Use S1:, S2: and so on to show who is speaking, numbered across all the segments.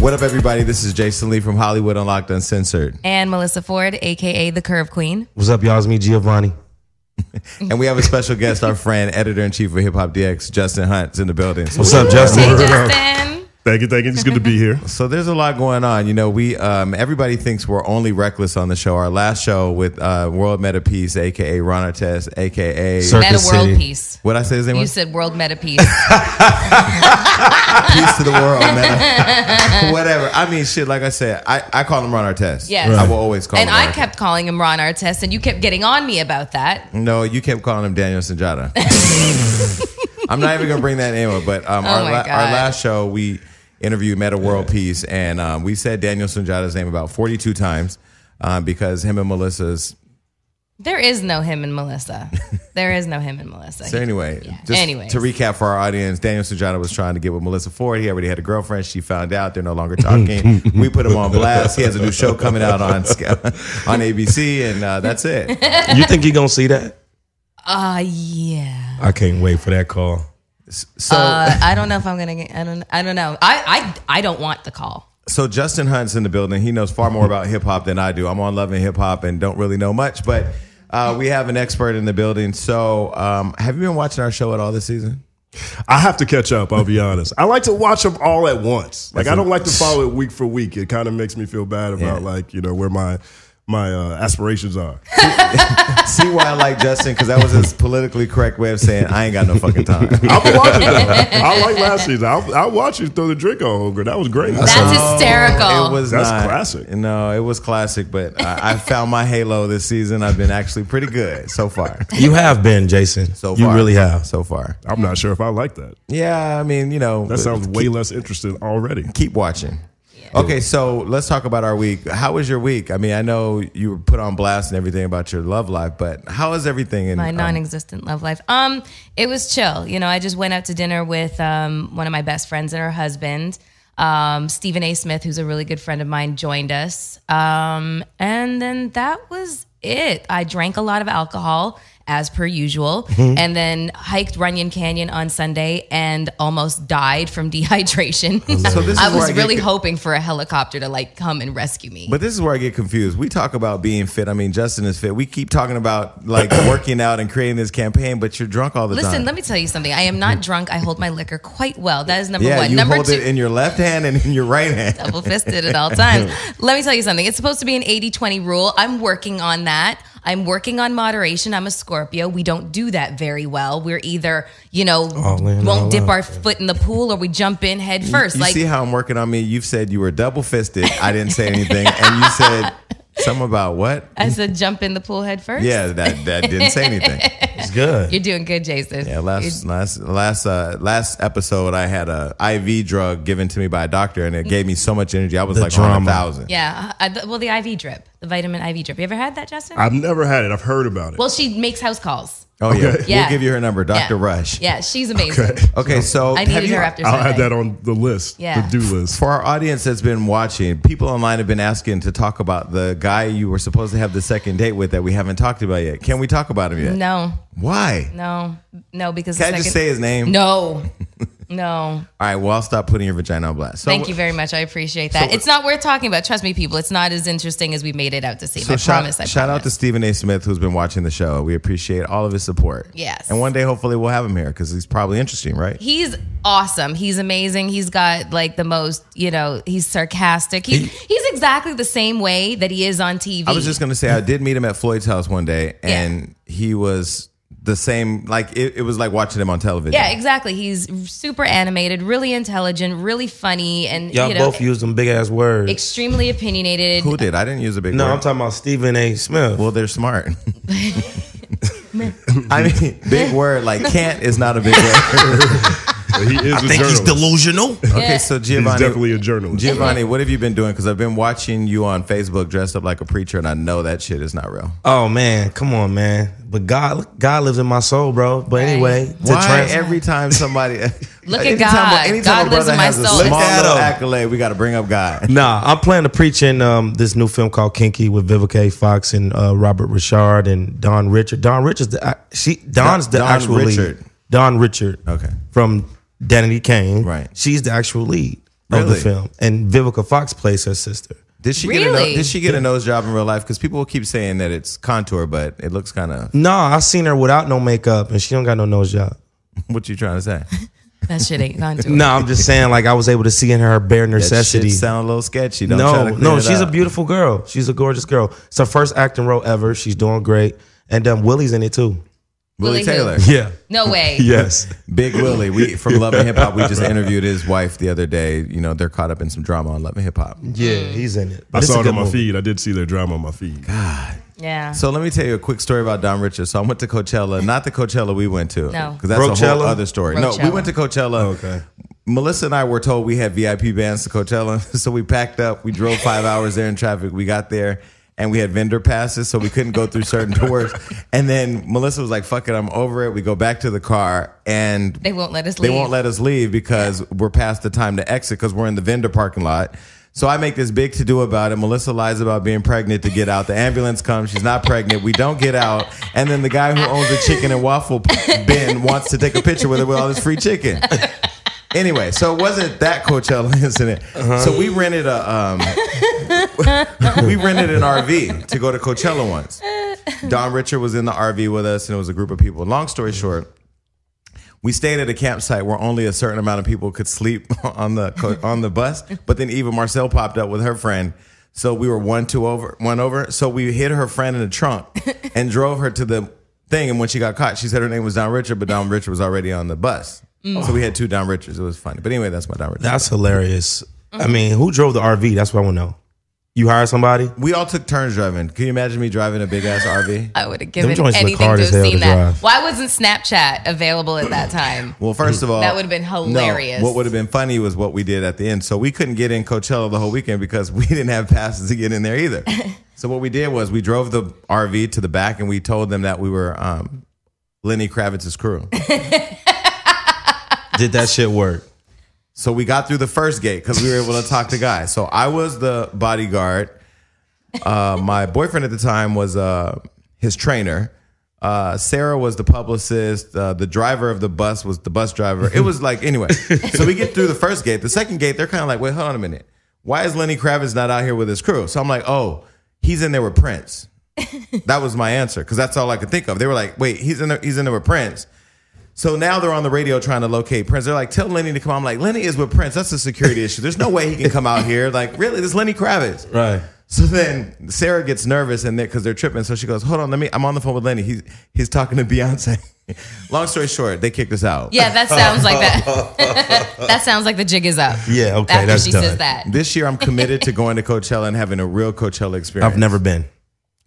S1: What up, everybody? This is Jason Lee from Hollywood Unlocked Uncensored.
S2: and Melissa Ford, aka the Curve Queen.
S3: What's up, y'all? It's me, Giovanni.
S1: And we have a special guest, our friend, editor in chief of Hip Hop DX, Justin Hunt's in the building. So,
S3: What's up, Justin?
S2: Hey, Justin.
S4: Thank you, thank you. It's good to be here.
S1: so there's a lot going on. You know, we um, everybody thinks we're only reckless on the show. Our last show with uh, World Meta Peace, aka Ron Artest, aka
S3: Sir-
S2: Meta
S3: Circus
S2: World
S3: City.
S2: Peace.
S1: what I say his name
S2: You
S1: was
S2: said World Meta Peace.
S1: Peace to the World Meta. Whatever. I mean, shit. Like I said, I, I call him Ron Artest.
S2: Yes.
S1: I will always call
S2: and
S1: him. Ron
S2: I
S1: Artest.
S2: kept calling him Ron Artest, and you kept getting on me about that.
S1: No, you kept calling him Daniel Sanjata. I'm not even gonna bring that name up, but um, our,
S2: Oh my
S1: la- our
S2: God.
S1: last show we interviewed Meta World Peace, and um, we said Daniel Sanjata's name about 42 times um, because him and Melissa's.
S2: There is no him and Melissa. There is no him and Melissa.
S1: So anyway, just
S2: Anyways.
S1: to recap for our audience, Daniel Sanjata was trying to get with Melissa Ford. He already had a girlfriend. She found out. They're no longer talking. we put him on blast. He has a new show coming out on on ABC, and uh, that's it.
S3: You think you gonna see that?
S2: Ah, yeah.
S3: I can't wait for that call.
S1: So.
S2: Uh, I don't know if I'm gonna. Get, I don't. I don't know. I, I. I don't want the call.
S1: So Justin Hunt's in the building. He knows far more about hip hop than I do. I'm on Love and Hip Hop and don't really know much, but uh, we have an expert in the building. So um, have you been watching our show at all this season?
S4: I have to catch up, I'll be honest. I like to watch them all at once. Like I don't like to follow it week for week. It kind of makes me feel bad about
S1: Yeah.
S4: like, you know, where my my uh, aspirations are.
S1: See why I like Justin because that was his politically correct way of saying I ain't got no fucking time.
S4: I'll be watching that. I like last season. I'll, I'll watch you throw the drink on Hunger. That was great.
S2: That's hysterical.
S1: It was
S4: That's
S1: not-
S4: classic.
S1: No, it was classic, but I, I found my halo this season. I've been actually pretty good so far.
S3: You have been, Jason.
S1: So
S3: you
S1: far.
S3: really have.
S1: so far.
S4: I'm not sure if I like that.
S1: Yeah, I mean, you know,
S4: That
S1: but-
S4: sounds way less interesting already.
S1: keep watching. Okay, so let's talk about our week. How was your week? I mean, I know you were put on blast and everything about your love life, but how is everything? In,
S2: my
S1: um,
S2: non-existent love life. Um, it was chill. You know, I just went out to dinner with um, one of my best friends and her husband, um, Stephen A. Smith, who's a really good friend of mine, joined us. Um, and then that was it. I drank a lot of alcohol as per usual,
S1: Mm-hmm.
S2: and then hiked Runyon Canyon on Sunday and almost died from dehydration.
S1: So this is
S2: I
S1: where
S2: was
S1: I get
S2: really
S1: co-
S2: hoping for a helicopter to like come and rescue me.
S1: but this is where I get confused. We talk about being fit. I mean, Justin is fit. We keep talking about like working out and creating this campaign, but you're drunk all the
S2: Listen,
S1: time.
S2: let me tell you something. I am not drunk. I hold my liquor quite well. That is number
S1: yeah,
S2: one.
S1: you
S2: number
S1: hold
S2: two,
S1: it in your left hand and in your right hand.
S2: double fisted at all times. Let me tell you something. It's supposed to be an 80 20 rule. I'm working on that. I'm working on moderation. I'm a Scorpio. We don't do that very well. We're either, you know,
S1: Oh,
S3: All in, all
S2: won't dip
S3: out.
S2: our foot in the pool or we jump in head first.
S1: You
S2: like,
S1: see how I'm working on me? You've said you were double fisted. I didn't say anything, and you said something about what?
S2: I said, jump in the pool head first.
S1: Yeah, that that didn't say anything.
S3: It's good.
S2: You're doing good, Jason.
S1: Yeah, last last last uh, last episode, I had a IV drug given to me by a doctor, and it gave me so much energy. I was
S3: The
S1: like on a
S3: drama.
S1: thousand.
S2: Yeah. I, well, the IV drip, the vitamin IV drip. You ever had that, Justin?
S4: I've never had it. I've heard about it.
S2: well, she makes house calls.
S1: Oh yeah.
S2: Yeah.
S1: we'll give you her number, Doctor
S2: yeah.
S1: Rush.
S2: Yeah, she's amazing.
S1: Okay, so
S2: I
S1: have
S2: needed
S1: you-
S2: her after
S4: I'll add
S2: Sunday.
S4: that on the list,
S2: Yeah.
S4: the do list.
S1: for our audience that's been watching, people online have been asking to talk about the guy you were supposed to have the second date with that we haven't talked about yet. Can we talk about him yet?
S2: No,
S1: Why?
S2: no, no, because the
S1: Can I just
S2: Mm. second-
S1: say his name?
S2: No. No.
S1: All right. Well, I'll stop putting your vagina on blast. So,
S2: Thank you very much. I appreciate that. it's not worth talking about. Trust me, people. It's not as interesting as we made it out to seem.
S1: So
S2: I
S1: shout,
S2: promise. I
S1: shout out to
S2: promise.
S1: Stephen A. Smith who's been watching the show. We appreciate all of his support.
S2: Yes.
S1: And one day, hopefully, we'll have him here because he's probably interesting, right?
S2: He's awesome. He's amazing. He's got like the most, you know, he's sarcastic. He, he's exactly the same way that he is on TV.
S1: I was just gonna say I did meet him at Floyd's house one day, and he was the same. Like it, it was like watching him on television.
S2: yeah, exactly. He's super animated, really intelligent, really funny, and
S3: Y'all
S2: you know,
S3: both used them big ass words.
S2: extremely opinionated.
S1: Who did? I didn't use a big.
S3: no,
S1: word.
S3: I'm talking about Stephen A. Smith.
S1: Well, they're smart. I mean, big word like can't is not a big word.
S4: But he is a
S3: think he's
S4: journalist. He's,
S3: delusional.
S1: okay, so Giovanni,
S4: definitely a journalist.
S1: Giovanni, what have you been doing? Because I've been watching you on Facebook dressed up like a preacher, and I know that shit is not real.
S3: oh man, come on, man. But God, God lives in my soul, bro. But anyway, to
S1: Why
S3: trans-
S1: every time somebody
S2: Look at
S1: anytime-
S2: God.
S1: Anytime
S2: God
S1: a
S2: lives
S1: brother
S2: in my
S1: has a
S2: soul. Look
S1: small
S3: at
S1: little
S3: him.
S1: accolade, we got to bring up God.
S3: Nah, I'm planning to preach in um, this new film called Kinky with Vivica A. Fox and uh, Robert Richard and Don Richard. Don Richard's the I, she Don's the
S1: Don
S3: actual
S1: Richard.
S3: lead. Don Richard.
S1: Okay.
S3: From Danny Kane.
S1: Right.
S3: She's the actual lead. of the
S1: Really?
S3: film, and Vivica Fox plays her sister.
S1: Did she get a no-
S2: Really?
S1: did she get a nose job in real life? Because people keep saying that it's contour, but it looks kind of.
S3: No, I seen her without no makeup, and she don't got no nose job.
S1: What you trying to say?
S2: That shit ain't gone to
S3: No, I'm just saying, like I was able to see in her bare
S1: That shit
S3: necessity.
S1: sound a little sketchy. Don't try
S3: No,
S1: to clean
S3: no,
S1: it
S3: she's a
S1: up.
S3: beautiful girl. She's a gorgeous girl. It's her first acting role ever. She's doing great, and um, Willie's in it too.
S1: Willie Taylor.
S2: Willie who?
S3: Yeah.
S2: No way.
S3: Yes.
S1: Big Willie, we from Love and Hip Hop. We just interviewed his wife the other day. You know, they're caught up in some drama on Love and Hip Hop.
S3: Yeah,
S2: Mm.
S3: he's in it.
S4: I
S3: But it's a
S4: saw it
S3: good
S4: on my
S3: movie.
S4: feed. I did see their drama on my feed.
S2: Yeah.
S1: So let me tell you a quick story about Don Richards. So I went to Coachella, not the Coachella we went to,
S2: No.
S1: because that's a whole
S3: Rochella?
S1: other story. No, we
S2: Rochella.
S1: went to Coachella.
S4: okay.
S1: Melissa and I were told we had VIP bands to Coachella, so we packed up. We drove five hours there in traffic. We got there. And we had vendor passes, so we couldn't go through certain doors. And then Melissa was like, "Fuck it, I'm over it." We go back to the car, and
S2: they won't let us
S1: they
S2: leave.
S1: won't let us leave because we're past the time to exit because we're in the vendor parking lot. So I make this big to do about it. Melissa lies about being pregnant to get out. The ambulance comes. She's not pregnant. We don't get out. And then the guy who owns the chicken and waffle p- bin wants to take a picture with her with all this free chicken. Anyway, so it wasn't that Coachella incident. So we rented a um, we rented an RV to go to Coachella once. Don Richard was in the RV with us, and it was a group of people. Long story short, we stayed at a campsite where only a certain amount of people could sleep on the co- on the bus. But then Eva Marcel popped up with her friend, so we were one two over one over. So we hid her friend in the trunk and drove her to the thing. And when she got caught, she said her name was Don Richard, but Don Richard was already on the bus. So we had two Don Richards. It was funny. But anyway, that's my Don Richard.
S3: That's hilarious. I
S2: Mm.
S3: mean, who drove the RV? That's what I want to know. You hired somebody?
S1: we all took turns driving. Can you imagine me driving a big ass RV?
S2: I would have given
S3: joints look
S2: anything
S3: hard
S2: to have
S3: as hell to
S2: seen that.
S3: drive.
S2: Why wasn't Snapchat available at that time?
S1: Well, first of all,
S2: Hmm. That would've been
S1: no,
S2: hilarious.
S1: what would have been funny was what we did at the end. So we couldn't get in Coachella the whole weekend because we didn't have passes to get in there either. so what we did was we drove the RV to the back and we told them that we were um, Lenny Kravitz's crew.
S3: Did that shit work?
S1: so we got through the first gate because we were able to talk to guys. So I was the bodyguard. Uh, my boyfriend at the time was uh, his trainer. Uh, Sarah was the publicist. Uh, the driver of the bus was the bus driver. It was like, anyway. so we get through the first gate. The second gate, they're kind of like, wait, hold on a minute. Why is Lenny Kravitz not out here with his crew? So I'm like, oh, he's in there with Prince. That was my answer because that's all I could think of. They were like, wait, he's in there, he's in there with Prince. So now they're on the radio trying to locate Prince. They're like, tell Lenny to come. I'm like, Lenny is with Prince. That's a security issue. There's no way he can come out here. Like, really? This is Lenny Kravitz.
S3: Right.
S1: So then Sarah gets nervous and because they're tripping, so she goes, "Hold on, let me. I'm on the phone with Lenny. He's he's talking to Beyonce." Long story short, they kicked us out.
S2: Yeah, that sounds like that. that sounds like the jig is up.
S3: Yeah, okay,
S2: After
S3: that's
S2: she
S3: done.
S2: says that,
S1: This year, I'm committed to going to Coachella and having a real Coachella experience.
S3: I've never been.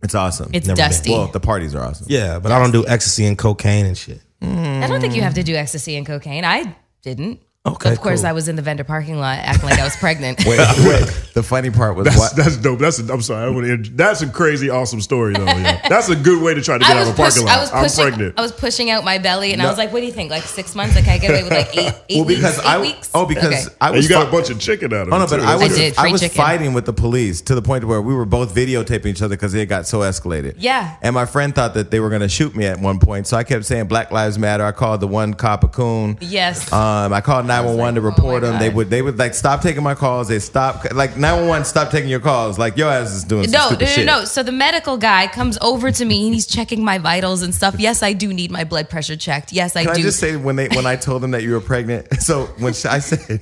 S1: It's awesome.
S2: it's
S3: Never been.
S2: dusty.
S1: well, the parties are awesome.
S3: Yeah, but I don't do ecstasy and cocaine and shit.
S2: I don't think you have to do ecstasy and cocaine. I didn't.
S3: Okay,
S2: Of course,
S3: cool.
S2: I was in the vendor parking lot acting like I was pregnant.
S1: Wait, wait. The funny part was
S4: That's,
S1: what.
S4: that's dope. That's a, I'm sorry. I would, that's a crazy, awesome story though. yeah. That's a good way to try to get
S2: I
S4: out of
S2: was,
S4: a parking
S2: push-
S4: lot.
S2: I was
S4: I'm
S2: pushing.
S4: pregnant.
S2: I was pushing out my belly, and
S1: No.
S2: I was like, "What do you think? Like six months? Like I get away with like eight, eight
S1: Well, because
S2: weeks?
S1: I
S2: eight weeks?
S1: oh because
S2: Okay.
S1: I
S4: and
S1: was
S4: you got
S1: fi-
S4: a bunch of chicken out of
S1: Oh
S4: it.
S1: no, but
S4: too.
S1: I
S4: That's
S1: was
S4: it.
S2: did,
S1: I
S2: free
S1: was
S2: chicken.
S1: fighting with the police to the point where we were both videotaping each other because it got so escalated.
S2: Yeah.
S1: And my friend thought that they were going to shoot me at one point, so I kept saying Black Lives Matter. I called the one cop a coon.
S2: Yes.
S1: Um, I called nine one one to
S2: like, oh
S1: report
S2: my
S1: them. They
S2: God.
S1: would they would like stop taking my calls. They stop like nine one one stop taking your calls. Like your ass is doing some
S2: no, no,
S1: stupid
S2: no,
S1: shit.
S2: no. So the medical guy comes over to me and he's checking my vitals and stuff. Yes, I do need my blood pressure checked. Yes, I
S1: Can
S2: do.
S1: I just say when they when I told them that you were pregnant? So when she, I said,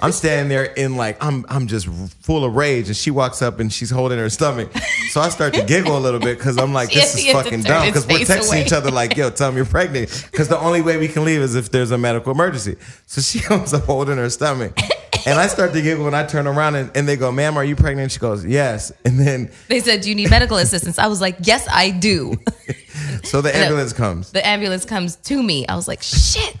S1: I'm standing there in like I'm I'm just full of rage, and she walks up and she's holding her stomach. So I start to giggle a little bit because I'm like,
S2: Yes,
S1: this
S2: he
S1: is
S2: had to
S1: fucking
S2: turn
S1: dumb
S2: his
S1: because we're
S2: face
S1: texting
S2: away.
S1: each other like, yo, tell them you're pregnant because the only way we can leave is if there's a medical emergency. So she comes up holding her stomach. And I start to giggle and I turn around and, and they go, ma'am, are you pregnant? And she goes, yes. And then,
S2: they said, "Do you need medical assistance?" I was like, "Yes, I do."
S1: so the ambulance comes.
S2: the ambulance comes to me. I was like, shit,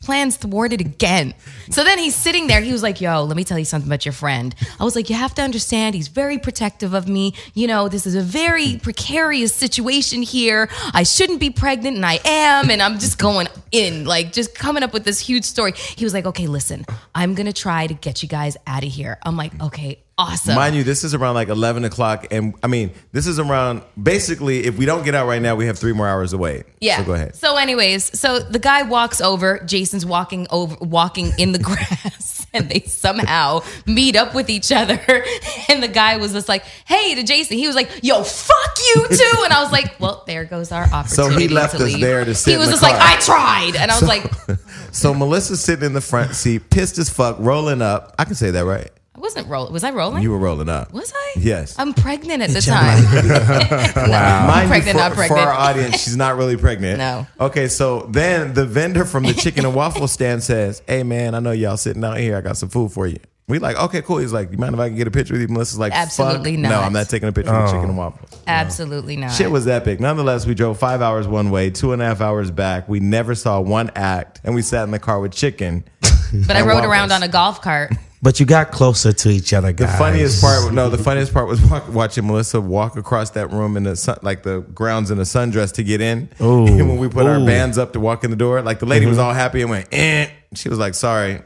S2: plans thwarted again. So then he's sitting there. He was like, yo, let me tell you something about your friend. I was like, you have to understand, he's very protective of me. You know, this is a very precarious situation here. I shouldn't be pregnant, and I am. And I'm just going in, like, just coming up with this huge story. He was like, okay, listen, I'm going to try to get you guys out of here. I'm like, okay. awesome.
S1: Mind you, this is around like 11 o'clock. And I mean, this is around basically, if we don't get out right now, we have three more hours to wait.
S2: Yeah.
S1: So go ahead.
S2: So, anyways, so the guy walks over. Jason's walking over, walking in the grass, and they somehow meet up with each other. And the guy was just like, "Hey," to Jason. He was like, "Yo, fuck you too." And I was like, "Well, there goes our opportunity."
S1: left
S2: to
S1: us
S2: leave.
S1: there to sit
S2: He
S1: in
S2: was
S1: the
S2: just like,
S1: car.
S2: "I tried," and I was like,
S1: So Melissa's sitting in the front seat, pissed as fuck, rolling up. I can say that, right?
S2: "I wasn't rolling. Was I rolling?
S1: You were rolling up.
S2: was I?
S1: Yes.
S2: I'm pregnant at the time.
S1: Mind for,
S2: Pregnant, not pregnant.
S1: For our audience, she's not really pregnant.
S2: No.
S1: Okay, so then the vendor from the chicken and waffle stand says, "Hey man, I know y'all sitting out here. I got some food for you." We like, okay, cool. He's like, "You mind if I can get a picture with you?" Melissa's like, "Fuck
S2: Absolutely
S1: No,
S2: not."
S1: I'm not taking a picture with chicken and waffle.
S2: Absolutely not.
S1: Shit was epic. Nonetheless, we drove five hours one way, two and a half hours back. We never saw one act, and we sat in the car with chicken.
S2: but I
S1: and
S2: rode
S1: waffles.
S2: around on a golf cart.
S3: But you got closer to each other, guys.
S1: The funniest part, no, the funniest part was walk, watching Melissa walk across that room in the sun, like the grounds in a sundress to get in.
S3: Ooh.
S1: And when we put our
S3: Ooh. Mm-hmm.
S1: bands up to walk in the door, like the lady was all happy and went, eh. She was like, sorry,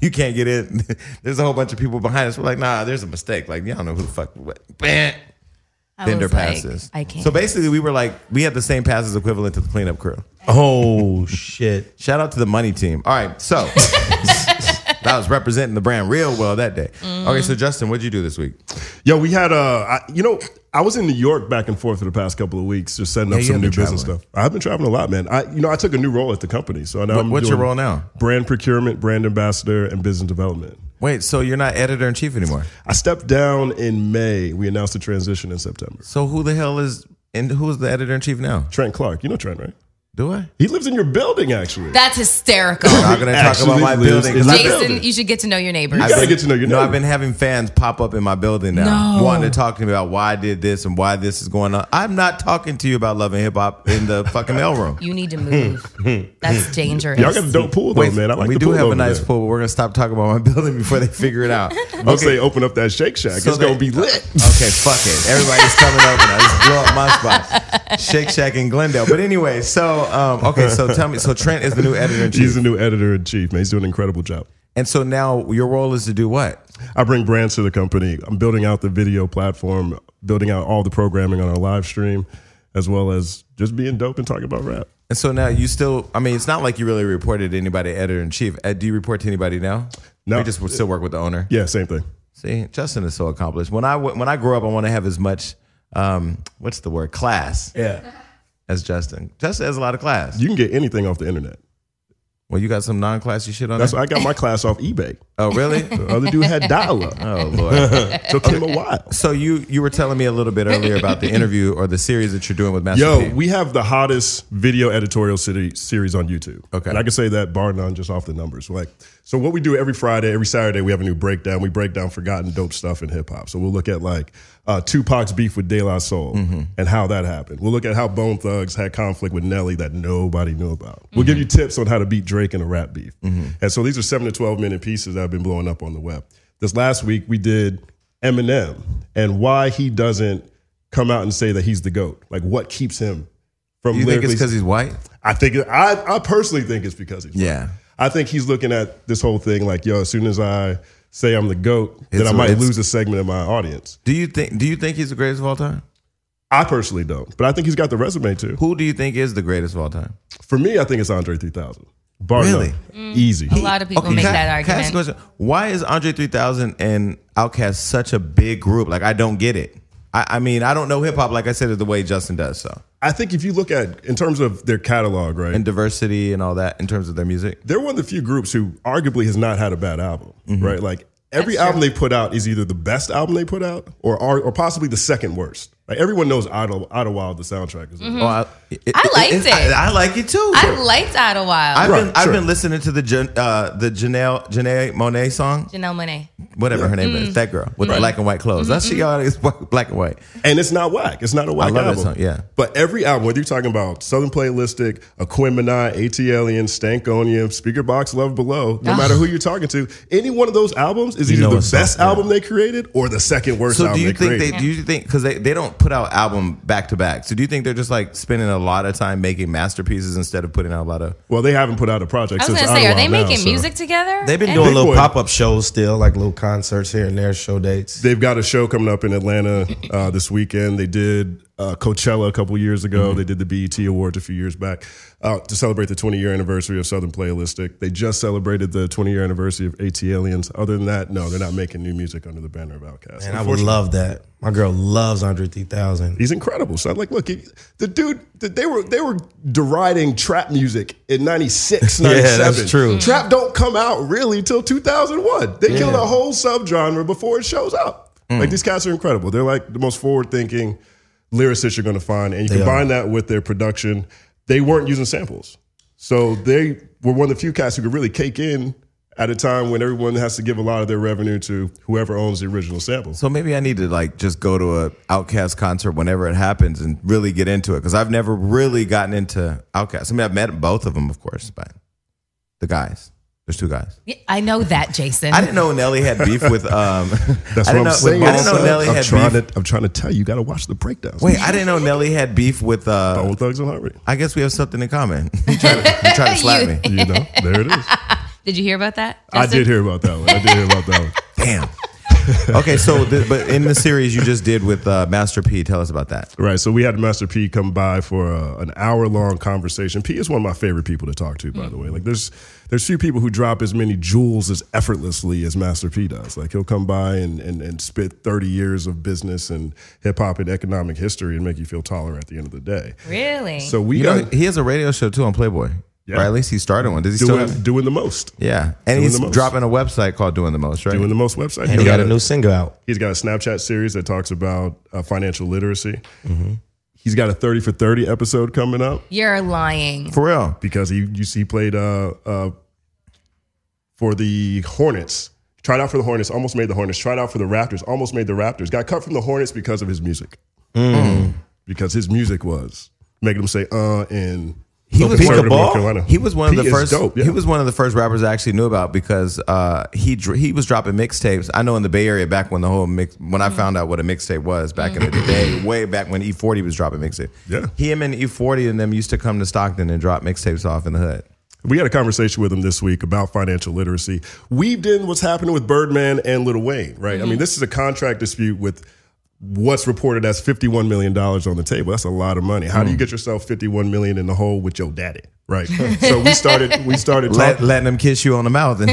S1: you can't get in. there's a whole bunch of people behind us. We're like, nah, there's a mistake. Like, y'all know who the fuck. What, eh.
S2: I
S1: Vendor
S2: was like,
S1: passes.
S2: I can't.
S1: So basically, we were like, we had the same passes equivalent to the cleanup crew.
S3: Oh shit!
S1: Shout out to the money team. All right, so that was representing the brand real well that day.
S2: Mm-hmm.
S1: Okay, so Justin, what'd you do this week?
S4: Yo, we had uh, I, you know, I was in New York back and forth for the past couple of weeks, just setting up
S1: you
S4: some
S1: have
S4: new
S1: been
S4: business
S1: traveling.
S4: stuff. I've been traveling a lot, man. I, you know, I took a new role at the company, so now
S1: What-
S4: I'm
S1: what's
S4: doing
S1: your role now?
S4: Brand procurement, brand ambassador, and business development.
S1: Wait, so you're not editor in chief anymore?
S4: I stepped down in May. We announced the transition in September.
S1: So who the hell is and who's the editor in chief now?
S4: Trent Clark, you know Trent, right?
S1: Do I?
S4: He lives in your building, actually.
S2: That's hysterical.
S1: Not gonna talk
S4: Actually
S1: about my
S4: lives
S1: building.
S4: in
S1: 'cause
S4: my
S1: I've been-
S4: building.
S2: Jason, you should get to know your neighbors.
S4: I've You gotta get to know your
S1: No, I've
S4: neighbor.
S1: been having fans pop up in my building now, wanting to talk to me about why I did this and why this is going on. I'm not talking to you about loving hip hop in the fucking mailroom.
S2: You need to move. That's dangerous.
S4: Y'all got a dope pool though, man. I like
S1: we
S4: the
S1: do
S4: pool
S1: have a
S4: over
S1: nice
S4: there.
S1: pool, but we're gonna stop talking about my building before they figure it out.
S4: Once they open up that Shake Shack,
S1: So
S4: it's
S1: they-
S4: gonna be lit.
S1: Okay, fuck it. Everybody's coming over. I just blew up my spot. Shake Shack and Glendale. But anyway, so um, okay, so tell me. So Trent is the new editor in
S4: He's
S1: chief,
S4: the new editor in chief, man. He's doing an incredible job.
S1: and so now your role is to do what?
S4: I bring brands to the company. I'm building out the video platform, building out all the programming on our live stream, as well as just being dope and talking about rap.
S1: And so now you still. I mean, it's not like you really reported to anybody editor in chief. Uh, do you report to anybody now?
S4: No.
S1: we just still work with the owner.
S4: Yeah, same thing.
S1: See, Justin is so accomplished. When I w- when I grow up, I want to have as much. Um, what's the word? Class
S3: Yeah.
S1: as Justin. Justin has a lot of class.
S4: You can get anything off the internet.
S1: well, you got some non-classy shit on
S4: That's
S1: there?
S4: why I got my class off eBay.
S1: Oh, really?
S4: The other dude had dial up.
S1: oh, Lord.
S4: Took him a while.
S1: So you you were telling me a little bit earlier about the interview or the series that you're doing with Master
S4: Yo,
S1: P.
S4: we have the hottest video editorial city series on YouTube.
S1: Okay.
S4: And I can say that bar none just off the numbers. Like, so what we do every Friday, every Saturday, we have a new breakdown. We break down forgotten dope stuff in hip hop. So we'll look at like uh, Tupac's beef with De La Soul and how that happened. We'll look at how Bone Thugs had conflict with Nelly that nobody knew about. We'll give you tips on how to beat Drake in a rap beef. And so these are seven to 12 minute pieces that have been blowing up on the web. This last week, we did Eminem and why he doesn't come out and say that he's the GOAT. Like, what keeps him from
S1: you think it's
S4: lyrically
S1: because he's white?
S4: I think I, I personally think it's because he's.
S1: Yeah.
S4: I think he's looking at this whole thing like, yo, as soon as I say I'm the goat, then
S1: It's-
S4: I might
S1: it's-
S4: lose a segment of my audience.
S1: Do you think Do you think he's the greatest of all time?
S4: I personally don't, but I think he's got the resume too.
S1: Who do you think is the greatest of all time?
S4: For me, I think it's Andre 3000. Bar
S1: Really?
S4: none. easy.
S2: Mm. a lot of people make
S1: can I-
S2: that
S1: can I ask a
S2: argument.
S1: question? Why is Andre 3000 and Outkast such a big group? Like I don't get it. I, I mean, I don't know hip hop like I said it the way Justin does. So
S4: I think if you look at in terms of their catalog, right?
S1: and diversity and all that in terms of their music.
S4: they're one of the few groups who arguably has not had a bad album,
S1: Mm-hmm.
S4: right? Like every album they put out is either the best album they put out or are, or possibly the second worst. Like everyone knows Idle, Idle Wild, the soundtrack is.
S2: Mm-hmm.
S1: Oh, I, it-
S2: Hmm. I liked it.
S1: I, I like it too.
S2: I liked Idlewild.
S1: I've
S4: Right,
S1: been I've
S4: sure.
S1: been listening to the Jan- uh, the Janelle Janae Monet song.
S2: Janelle Monet.
S1: whatever her name is, that girl with the black and white clothes. That's she got is black black and white.
S4: And it's not whack. It's not a whack
S1: love that
S4: album.
S1: song, yeah.
S4: But every album, whether you're talking about Southern Playlistic, Aquemini, ATLian, Stankonium, Speaker Box, Love Below, no matter who you're talking to, any one of those albums is
S1: Ah. know
S4: either the
S1: it's not-
S4: best
S1: yeah.
S4: album they created or the second worst
S1: So
S4: album
S1: do you
S4: they
S1: think
S4: created.
S1: they do you think because they, they don't don't put out album back to back. So do you think they're just like spending a lot of time making masterpieces instead of putting out a lot of?
S4: Well, they haven't put out a project.
S2: I was
S4: since
S2: gonna say, are
S4: Ottawa
S2: they
S4: now,
S2: making
S4: so-
S2: music together?
S3: They've been
S2: And-
S3: doing
S4: Big
S3: little
S4: boy.
S3: pop up shows still, like little concerts here and there, show dates.
S4: They've got a show coming up in Atlanta uh, this weekend. They did uh, Coachella a couple years ago.
S3: Mm-hmm.
S4: They did the BET Awards a few years back uh, to celebrate the 20 year anniversary of Southern Playlistic. They just celebrated the 20 year anniversary of AT Aliens. Other than that, no, they're not making new music under the banner of Outkast.
S3: And I would love that. My girl loves Andre 3000.
S4: He's incredible. So I'm like, look, he, the dude, the, they were they were deriding trap music in 96,
S3: Yeah,
S4: 97.
S3: that's true.
S4: Trap don't come out really till 2001. They killed a whole subgenre before it shows up.
S3: Mm.
S4: Like these cats are incredible. They're like the most forward thinking lyricists you're going to find. And you combine that with their production, they weren't using samples. So they were one of the few cats who could really cake in at a time when everyone has to give a lot of their revenue to whoever owns the original sample.
S1: So maybe I need to like just go to a Outcast concert whenever it happens and really get into it because I've never really gotten into Outcast. I mean, I've met both of them, of course, but the guys. There's two guys.
S2: Yeah, I know that, Jason.
S1: I didn't know Nelly had beef with. um
S4: That's
S1: I
S4: what
S1: didn't
S4: I'm
S1: know,
S4: saying.
S1: I didn't know
S4: son.
S1: Nelly
S4: I'm
S1: had
S4: trying
S1: beef.
S4: To, I'm trying to tell you, you got to watch the breakdowns.
S1: Wait, I didn't know Nelly had beef with. uh
S4: Old Thugs and Harmony.
S1: I guess we have something in common. You trying to, you trying to slap me?
S4: You know, there it is.
S2: did you hear about that?
S4: I
S2: Justin?
S4: did hear about that one. I did hear about that one.
S1: Damn. Okay, so the, but in the series you just did with uh, Master P, tell us about that.
S4: Right. So we had Master P come by for a, an hour long conversation. P is one of my favorite people to talk to, by
S1: Mm.
S4: the way. Like there's there's few people who drop as many jewels as effortlessly as Master P does. Like he'll come by and and, and spit 30 years of business and hip hop and economic history and make you feel taller at the end of the day.
S2: Really?
S4: So we
S1: You
S4: got
S1: know, he has a radio show too on Playboy,
S4: Yeah.
S1: or at least he started one. Does he still?
S4: doing
S1: Have,
S4: doing the most.
S1: yeah, and he's
S4: the most.
S1: dropping a website called Doing the Most, right?
S4: Doing the most website.
S3: And
S4: He
S3: he got
S4: got
S3: a new single out.
S4: He's got a Snapchat series that talks about uh, financial literacy. He's got a 30 for 30 episode coming up
S2: You're lying.
S1: For real.
S4: because he you see he played uh, uh, for the Hornets. Tried out for the Hornets, almost made the Hornets. Tried out for the Raptors, almost made the Raptors. Got cut from the Hornets because of his music.
S1: Mm.
S4: Because his music was making him say uh and
S1: He
S4: so
S1: was,
S4: conservative North
S1: ball.
S4: Carolina.
S1: he was one of
S4: P
S1: the
S4: is
S1: first.
S4: dope, yeah.
S1: He was one of the first rappers I actually knew about because uh, he dr- he was dropping mixtapes. I know in the Bay Area back when the whole mix when
S2: Mm-hmm.
S1: I found out what a mixtape was back in the day, way back when E40 was dropping mixtape.
S4: Yeah.
S1: him and E40 and them used to come to Stockton and drop mixtapes off in the hood.
S4: We had a conversation with him this week about financial literacy. Weaved in what's happening with Birdman and Little Wayne, right? I mean, this is a contract dispute with what's reported as $51 million on the table. That's a lot of money. How do you get yourself $51 million in the hole with your daddy? Right. so we started we started
S1: Let,
S4: talking.
S1: letting them kiss you on the mouth and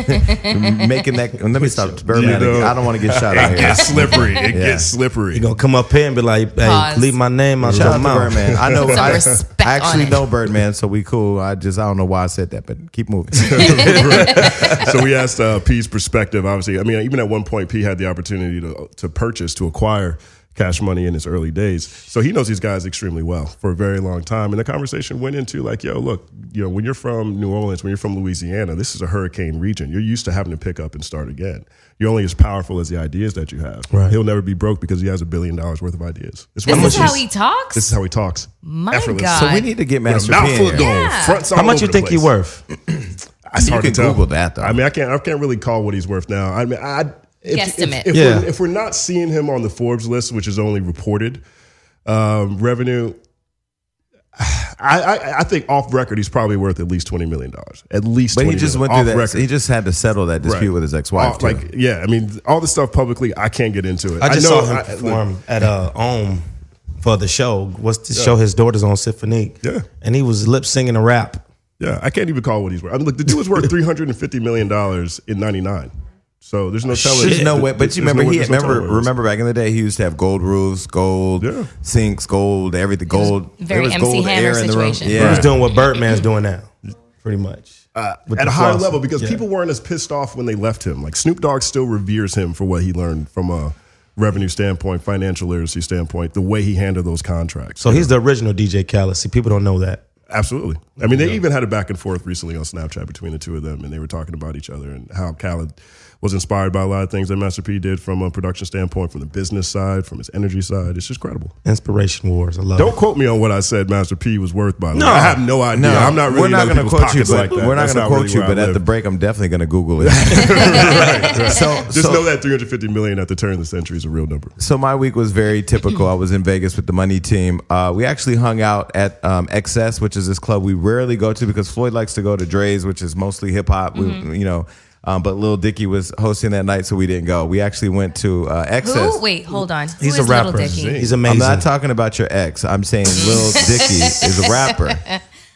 S1: making that. Let me stop. Birdman.
S4: You know.
S1: again. I don't want to get shot out
S4: It
S1: here.
S4: gets slippery. It gets slippery.
S3: He gonna come up here and be like, "Hey,
S2: Pause.
S3: leave my name out
S1: Shout out
S3: your
S1: to
S3: mouth."
S1: Birdman. I know.
S2: Some
S1: I,
S2: respect
S1: I actually
S2: on it.
S1: know Birdman, so we cool. I just I don't know why I said that, but keep moving.
S4: so we asked uh, P's perspective. Obviously, I mean, even at one point, P had the opportunity to to purchase to acquire Cash Money in his early days. So he knows these guys extremely well for a very long time. And the conversation went into like, yo, look, you know, when you're from New Orleans, when you're from Louisiana, this is a hurricane region. You're used to having to pick up and start again. You're only as powerful as the ideas that you have.
S3: Right.
S4: He'll never be broke because he has a billion dollars worth of ideas. It's one
S2: This
S4: of
S2: is
S4: those-
S2: how he talks.
S4: This is how he talks.
S2: My
S4: Effortless.
S2: God.
S1: so we need to get
S4: With a
S1: Master P. in
S4: mouthful of
S1: here.
S4: gold.
S2: Yeah.
S4: Fronts all
S3: How much
S4: over
S3: you
S4: the
S3: think he
S4: place.
S3: worth?
S4: It's
S1: You
S4: hard
S1: can
S4: to tell.
S1: Google that, though.
S4: I mean, I can't. I can't really call what he's worth now. I mean, I if,
S2: Guesstimate.
S4: If, if,
S3: Yeah.
S4: we're, if we're not seeing him on the Forbes list, which is only reported um, revenue, I, I I think off record he's probably worth at least twenty million dollars. At least,
S1: But he
S4: 20
S1: just
S4: million,
S1: went through
S4: off
S1: that.
S4: Record.
S1: He just had to settle that dispute
S4: Right.
S1: with his ex-wife.
S4: Off-
S1: too.
S4: like, yeah, I mean, all the stuff publicly, I can't get into it.
S3: I just
S4: know,
S3: saw him
S4: I-
S3: perform at uh, Ohm for the show. What's the show? His daughter's on Symphonique.
S4: Yeah.
S3: and he was lip singing a rap.
S4: yeah, I can't even call what he's worth. I mean, look, the dude was worth three hundred and fifty million dollars in ninety nine. So there's no telling.
S1: Oh, there's no way. But
S4: there's
S1: you remember,
S4: no way-
S1: he
S4: there's no
S1: remember
S4: telling what it is.
S1: remember back in the day, he used to have gold roofs, gold
S4: Yeah.
S1: sinks, gold everything, gold.
S2: very
S1: there was
S2: MC
S1: gold
S2: Hammer
S1: air in the room.
S2: situation.
S3: He
S1: Yeah,
S3: was doing what Birdman's doing now, pretty much. With
S4: at
S3: the
S4: a higher
S3: floss.
S4: level because
S3: Yeah.
S4: people weren't as pissed off when they left him. Like Snoop Dogg still reveres him for what he learned from a revenue standpoint, financial literacy standpoint, the way he handled those contracts.
S3: So he's the original DJ Khaled. See, people don't know that.
S4: Absolutely. I mean, they even had a back and forth recently on Snapchat between the two of them, and they were talking about each other and how Khaled was inspired by a lot of things that Master P did from a production standpoint, from the business side, from his energy side. It's just credible.
S3: Inspiration Wars. I love
S4: Don't
S3: it.
S4: quote me on what I said Master P was worth, by the way. I have no idea. I'm not really
S1: we're not
S4: going to
S1: quote you, but
S4: like that.
S1: we're not
S4: That's
S1: going to quote
S4: really
S1: you.
S4: where I
S1: But at
S4: live.
S1: the break, I'm definitely going to Google it. So,
S4: Just
S1: so,
S4: know that 350 million at the turn of the century is a real number.
S1: so my week was very typical. I was in Vegas with the money team. Uh, we actually hung out at um, XS, which is this club we rarely go to because Floyd likes to go to Dre's, which is mostly hip hop.
S2: Mm-hmm.
S1: We, you know, um, but Lil Dicky was hosting that night, so we didn't go. We actually went to uh, XS.
S2: Who? Wait, hold on. Who
S3: He's a
S2: is Lil
S3: rapper.
S2: Dicky?
S3: He's amazing.
S1: I'm not talking about your ex. I'm saying Lil Dicky is a rapper.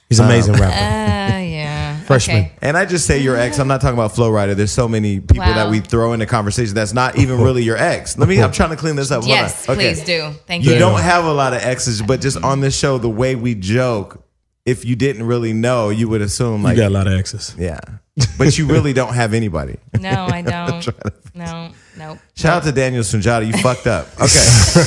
S3: He's an amazing rapper.
S2: Uh, yeah.
S3: Freshman.
S2: Okay.
S1: And I just say your ex. I'm not talking about Flow Rider. There's so many people
S2: Wow.
S1: that we throw in the conversation that's not even really your ex. Let me. I'm trying to clean this up. Hold
S2: Yes,
S1: on. Okay.
S2: please do. Thank you.
S1: You don't have a lot of exes, but just on this show, the way we joke, if you didn't really know, you would assume like,
S3: You got a lot of exes.
S1: yeah, but you really don't have anybody.
S2: No, I don't. no, no.
S1: Shout out to Daniel Sunjata. You fucked up. Okay.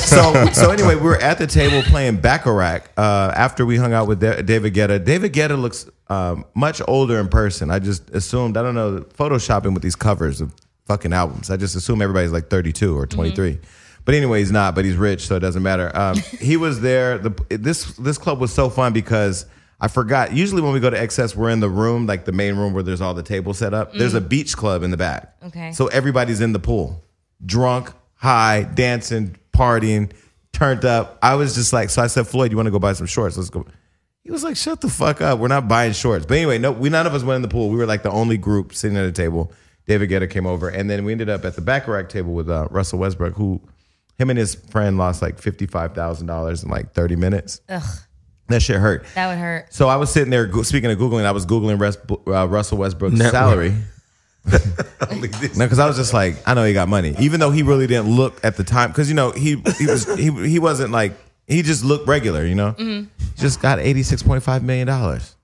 S1: So so anyway, we were at the table playing Baccarat uh, after we hung out with Da- David Guetta. David Guetta looks um, much older in person. I just assumed, I don't know, photoshopping with these covers of fucking albums. I just assume everybody's like 32 or 23. But anyway, he's not, but he's rich, so it doesn't matter. Um, he was there. The, this, this club was so fun because I forgot. Usually when we go to XS, we're in the room, like the main room where there's all the tables set up. There's a beach club in the back.
S2: Okay.
S1: So everybody's in the pool, drunk, high, dancing, partying, turned up. I was just like, so I said, Floyd, you want to go buy some shorts? Let's go. He was like, shut the fuck up. We're not buying shorts. But anyway, no, we none of us went in the pool. We were like the only group sitting at a table. David Guetta came over, and then we ended up at the Bacharach table with uh, Russell Westbrook, who him and his friend lost like fifty five thousand dollars in like thirty minutes. Ugh. That shit hurt.
S2: That would hurt.
S1: So I was sitting there go- speaking of googling. I was googling Res- uh, Russell Westbrook's salary. no, because I was just like, I know he got money, even though he really didn't look at the time. Because you know he he was he he wasn't like he just looked regular. You know, just got eighty six point five million dollars.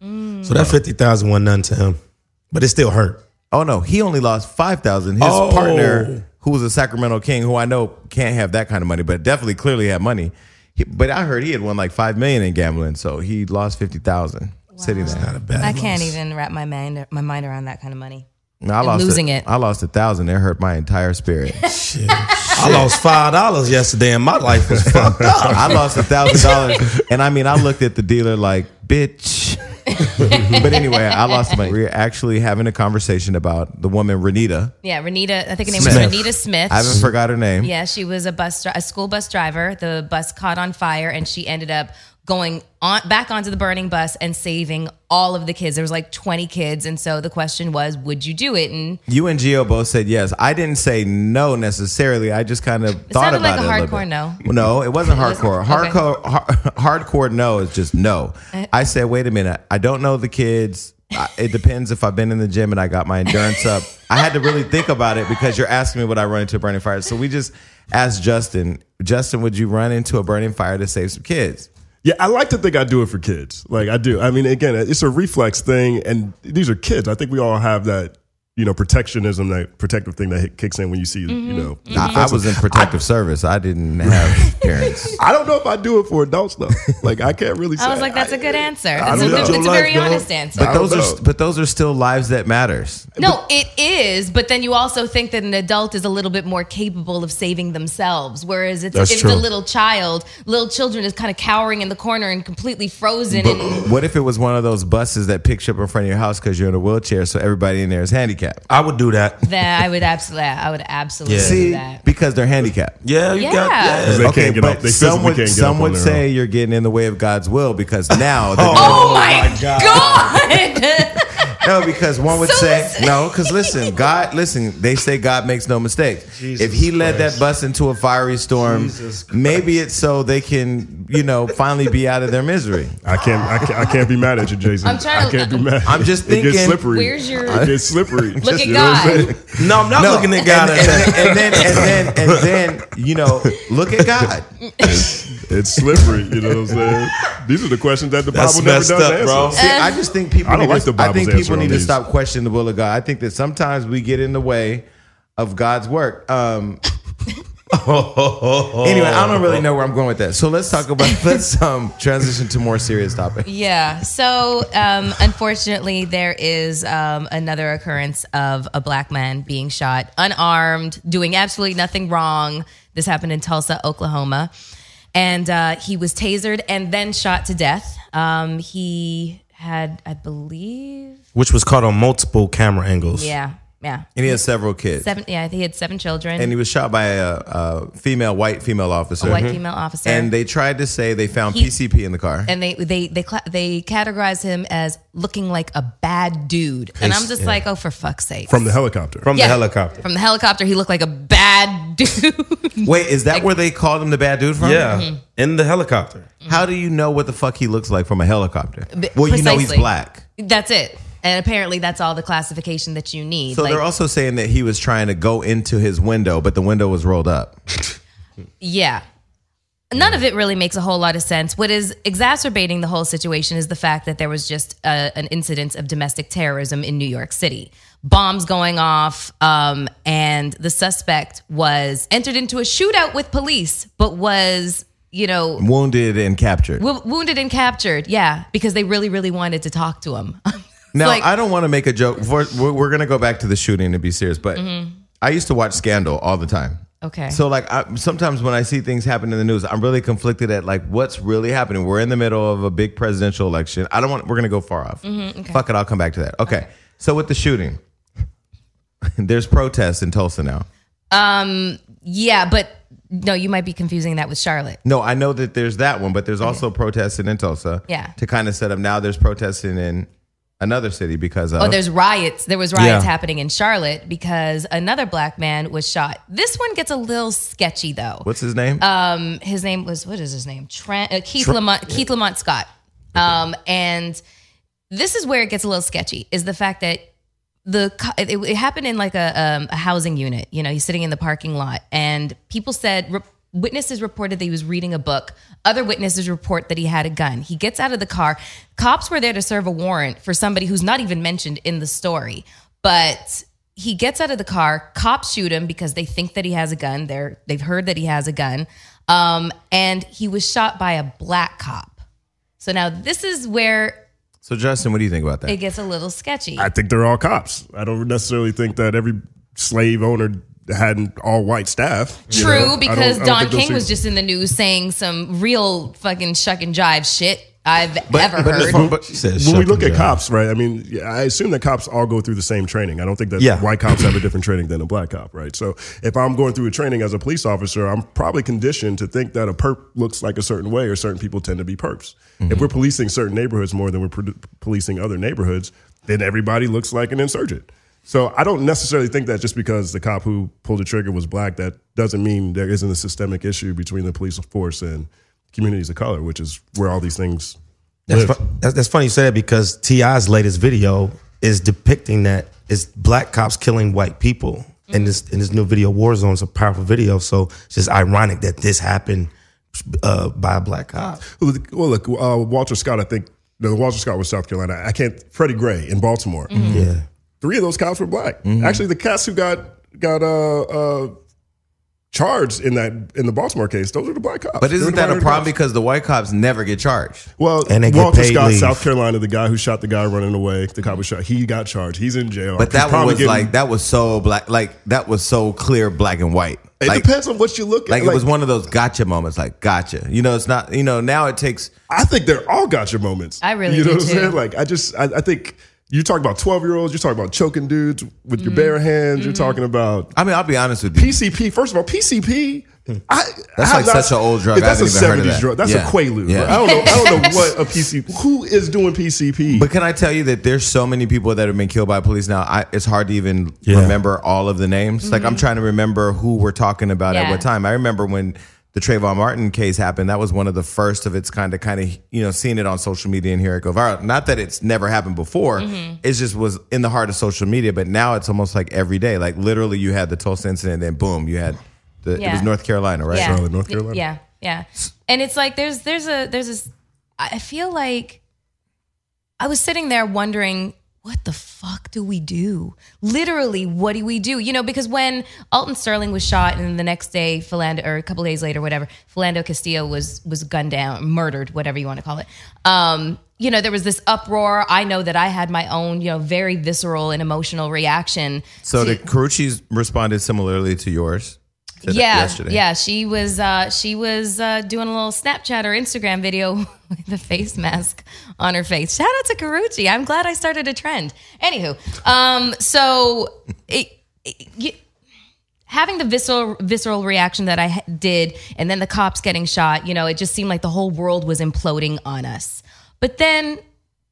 S3: So that 50,000 wasn't none to him. But it still hurt.
S1: Oh no, he only lost five thousand. His
S3: Oh.
S1: partner, who was a Sacramento King, who I know can't have that kind of money, but definitely clearly had money. He- but I heard he had won like five million in gambling, so he lost fifty thousand sitting there.
S3: Not a bad
S2: I
S3: loss.
S2: can't even wrap my mind my mind around that kind of money.
S1: No, I lost
S2: losing
S1: a-
S2: it.
S1: I lost a thousand. It hurt my entire spirit.
S3: Shit. I lost five dollars yesterday, and my life was fucked up.
S1: I lost a thousand dollars, and I mean, I looked at the dealer like, bitch. but anyway, I lost the money. We're actually having a conversation about the woman Renita.
S2: Yeah, Renita. I think her name
S1: Smith.
S2: was Renita Smith.
S1: I haven't forgot her name.
S2: Yeah, she was a bus, dri- a school bus driver. The bus caught on fire, and she ended up going on back onto the burning bus and saving all of the kids. There was like twenty kids, and so the question was, would you do it? And
S1: You and Gio both said yes. I didn't say no necessarily. I just kind of thought
S2: sounded
S1: about
S2: like a
S1: it
S2: hardcore
S1: little bit.
S2: no.
S1: No, it wasn't
S2: wasn't?
S1: hardcore.
S2: Okay. Eh.
S1: Hardcore, har- hardcore no is just no. I said, wait a minute. I don't know the kids. I, it depends if I've been in the gym and I got my endurance up. I had to really think about it because you're asking me would I run into a burning fire. So we just asked Justin, Justin, would you run into a burning fire to save some kids?
S4: Yeah, I like to think I do it for kids. Like I do. I mean, again, it's a reflex thing, and these are kids. I think we all have that, you know, protectionism, that protective thing that hit- kicks in when you see, you
S2: Mm-hmm.
S4: know.
S1: I, I was in protective service. I didn't have parents.
S4: I don't know if I do it for adults though. Like I can't really. say.
S2: I was like, that's a good answer. That's a,
S4: don't
S2: good,
S4: know.
S2: it's a
S4: Your
S2: very
S4: life, dog.
S2: honest answer.
S1: But
S4: I don't
S1: those are
S4: know.
S1: but those are still lives that matters.
S2: No, it is, but then you also think that an adult is a little bit more capable of saving themselves, whereas it's
S3: That's
S2: if
S3: true.
S2: the little child, little children is kind of cowering in the corner and completely frozen. and
S1: What if it was one of those buses that picks you up in front of your house because you're in a wheelchair, so everybody in there is handicapped?
S3: I would do that.
S2: that I would absolutely, I would absolutely
S3: Yeah.
S2: do
S1: See,
S2: that.
S1: because they're handicapped.
S3: Yeah, you got.
S2: Yeah.
S3: Yeah.
S4: They can't get up. They
S1: some
S4: physically
S1: would,
S4: can't get
S1: some
S4: up on
S1: would
S4: their
S1: say
S4: own.
S1: you're getting in the way of God's will because now, they're
S2: Oh, my, god!
S1: no, because one would
S2: So
S1: say
S2: is-
S1: no, because listen, God, listen, they say God makes no mistakes. if He led that bus into a fiery storm, maybe it's so they can, you know, finally be out of their misery.
S4: I can't. I can't, I can't be mad at you, Jason.
S2: I'm trying
S4: I
S2: to-
S4: can't be mad.
S1: I'm just
S4: It gets
S1: thinking-
S4: slippery.
S2: Where's your-
S4: It gets slippery.
S2: Look at
S4: You know what I'm
S2: God.
S4: saying?
S3: No, I'm not looking at God.
S1: and, and, then, and then and then and then you know, look at God.
S4: It's slippery. You know what I'm saying? These are the questions that the
S3: That's
S4: Bible never does
S3: messed up,
S4: answer.
S3: bro.
S1: See, I just think people.
S4: I don't
S1: need
S4: like
S1: to,
S4: the
S1: I think
S4: Bible's
S1: people
S4: answer on
S1: need to
S4: these.
S1: stop questioning the will of God. I think that sometimes we get in the way of God's work. Um, Anyway, I don't really know where I'm going with that. So let's talk about let's um transition to more serious topic.
S2: Yeah. So, um, unfortunately, there is um, another occurrence of a black man being shot, unarmed, doing absolutely nothing wrong. This happened in Tulsa, Oklahoma. And uh, he was tasered and then shot to death. Um, he had, I believe,
S3: Which was caught on multiple camera angles.
S2: yeah, yeah.
S1: And he has several kids.
S2: Seven, yeah, I think he had seven children.
S1: And he was shot by a, a female, white female officer.
S2: a white female officer.
S1: And they tried to say they found
S2: He-
S1: PCP in the car.
S2: and they they they cla they categorize him as looking like a bad dude, and I'm just like, oh, for fuck's sake!
S4: From the helicopter.
S3: From
S2: Yeah.
S3: the helicopter.
S2: From the helicopter, he looked like a bad dude.
S1: Wait, is that where they called him the bad dude from?
S3: yeah.
S2: Mm-hmm.
S3: In the helicopter.
S1: How do you know what the fuck he looks like from a helicopter? Well, you know he's
S2: precisely.
S1: black.
S2: that's it. And apparently, that's all the classification that you need.
S1: So
S2: like,
S1: they're also saying that he was trying to go into his window, but the window was rolled up.
S2: yeah. None of it really makes a whole lot of sense. What is exacerbating the whole situation is the fact that there was just uh an incidence of domestic terrorism in New York City. Bombs going off, um, and the suspect was entered into a shootout with police, but was, you know,
S1: Wounded and captured.
S2: W- wounded and captured, yeah, because they really, really wanted to talk to him.
S1: Now,
S2: like-
S1: I don't want to make a joke. For, we're we're going to go back to the shooting and be serious, but I used to watch Scandal all the time.
S2: Mm-hmm. okay.
S1: So, like, I, sometimes when I see things happen in the news, I'm really conflicted at like what's really happening. We're in the middle of a big presidential election. I don't want. We're going to go far off.
S2: Mm-hmm,
S1: Fuck it. I'll come back to that. Okay. So with the shooting, there's protests in Tulsa now.
S2: yeah, but no, you might be confusing that with Charlotte.
S1: No, I know that there's that one, but there's also protesting in Tulsa.
S2: Yeah.
S1: To kind of set up now, there's protesting in another city because of.
S2: Oh, there's riots. There was riots
S3: Yeah.
S2: happening in Charlotte because another black man was shot. This one gets a little sketchy though.
S1: what's his name?
S2: Um, his name was what is his name? Trent uh, Keith Lamont Keith Lamont Scott. Um, and this is where it gets a little sketchy is the fact that the co- it, it happened in like a, um, a housing unit. You know, he's sitting in the parking lot, and people said re- witnesses reported that he was reading a book. Other witnesses report that he had a gun. He gets out of the car. Cops were there to serve a warrant for somebody who's not even mentioned in the story, but. He gets out of the car. Cops shoot him because they think that he has a gun. They're they've heard that he has a gun, um, and he was shot by a black cop. So now this is where
S1: so, Justin, what do you think about that?
S2: it gets a little sketchy.
S4: I think they're all cops. I don't necessarily think that every slave owner had an all white staff. you
S2: True,
S4: know? I don't- I
S2: because
S4: don't
S2: Don
S4: think those
S2: King was
S4: things-
S2: just in the news saying some real fucking shuck and jive shit I've ever
S1: but
S2: heard.
S1: no, but-
S3: She said,
S4: When
S3: "Shut
S4: we
S3: them
S4: look at
S3: down."
S4: cops, right? I mean, yeah, I assume that cops all go through the same training. I don't think that
S3: Yeah.
S4: white cops have a different training than a black cop, right? So if I'm going through a training as a police officer, I'm probably conditioned to think that a perp looks like a certain way or certain people tend to be perps. If we're policing certain neighborhoods more than we're pro- policing other neighborhoods, then everybody looks like an insurgent. So I don't necessarily think that just because the cop who pulled the trigger was black, that doesn't mean there isn't a systemic issue between the police force and communities of color, which is where all these things
S3: That's, fu- that's, that's funny you say that because Ti's latest video is depicting that it's black cops killing white people,
S2: Mm-hmm.
S3: and this in this new video Warzone is a powerful video. So it's just ironic that this happened uh, by a black cop.
S4: Well, the- well, look, uh, Walter Scott. I think no, Walter Scott was South Carolina. I can't. Freddie Gray in Baltimore.
S1: Mm-hmm.
S4: Mm-hmm.
S3: Yeah,
S4: Three of those cops were black. Actually, the cats who got got uh, uh, charged in that in the Baltimore case, those are the black cops.
S1: but
S4: They were
S1: isn't
S4: the
S1: that a
S4: minority
S1: problem
S4: cops.
S1: because the white cops never get charged?
S4: Well,
S3: And they get
S4: Walter
S3: paid
S4: Scott,
S3: leave.
S4: South Carolina, the guy who shot the guy running away, the cop was shot. He got charged. He's in jail.
S1: But
S4: He's
S1: that one
S4: probably
S1: was
S4: getting-
S1: like that was so black, like that was so clear black and white.
S4: It
S1: like,
S4: depends on what you look at.
S1: like, it was one of those gotcha moments. Like gotcha, you know. It's not you know. Now it takes
S4: I think they're all gotcha moments.
S2: I really
S4: you know
S2: do,
S4: what I'm
S2: too.
S4: saying. Like I just, I, I think you talk about 12 year olds. You're talking about choking dudes with
S2: Mm-hmm.
S4: your bare hands. You're talking about
S1: I mean, I'll be honest with you.
S4: PCP. First of all, PCP. I,
S1: Hmm. That's
S4: I
S1: like
S4: have not-
S1: such an old drug. I
S4: That's a
S1: haven't even heard of that.
S4: drug. That's
S1: Yeah.
S4: a Quaalude.
S1: Yeah.
S4: bro. I don't know. I don't know what a PCP. Who is doing PCP?
S1: But can I tell you that there's so many people that have been killed by police now? I, it's hard to even
S3: Yeah.
S1: remember all of the names. Like I'm trying to remember who we're talking about at
S2: Mm-hmm. Yeah.
S1: what time. I remember when the Trayvon Martin case happened. That was one of the first of its kind of kind of you know seeing it on social media and here it go viral. Not that it's never happened before.
S2: Mm-hmm.
S1: It just was in the heart of social media. But now it's almost like every day. Like literally, you had the Tulsa incident, then boom, you had the it
S2: Yeah.
S1: was North Carolina, right?
S2: yeah.
S4: Charlotte, North Carolina.
S2: Yeah, yeah. And it's like there's there's a there's this. I feel like I was sitting there wondering what the fuck do we do? Literally, what do we do? You know, because when Alton Sterling was shot, and the next day, Philando, or a couple days later, whatever, Philando Castillo was was gunned down, murdered, whatever you want to call it. Um, you know, there was this uproar. I know that I had my own, you know, very visceral and emotional reaction.
S1: So
S2: to-
S1: the Carucci's responded similarly to yours. to-
S2: yeah,
S1: yesterday.
S2: yeah. She was uh, she was uh, doing a little Snapchat or Instagram video with a face mask on her face. Shout out to Karuchi. I'm glad I started a trend. Anywho, um, so it, it- you- having the visceral visceral reaction that I ha- did, and then the cops getting shot. You know, it just seemed like the whole world was imploding on us. But then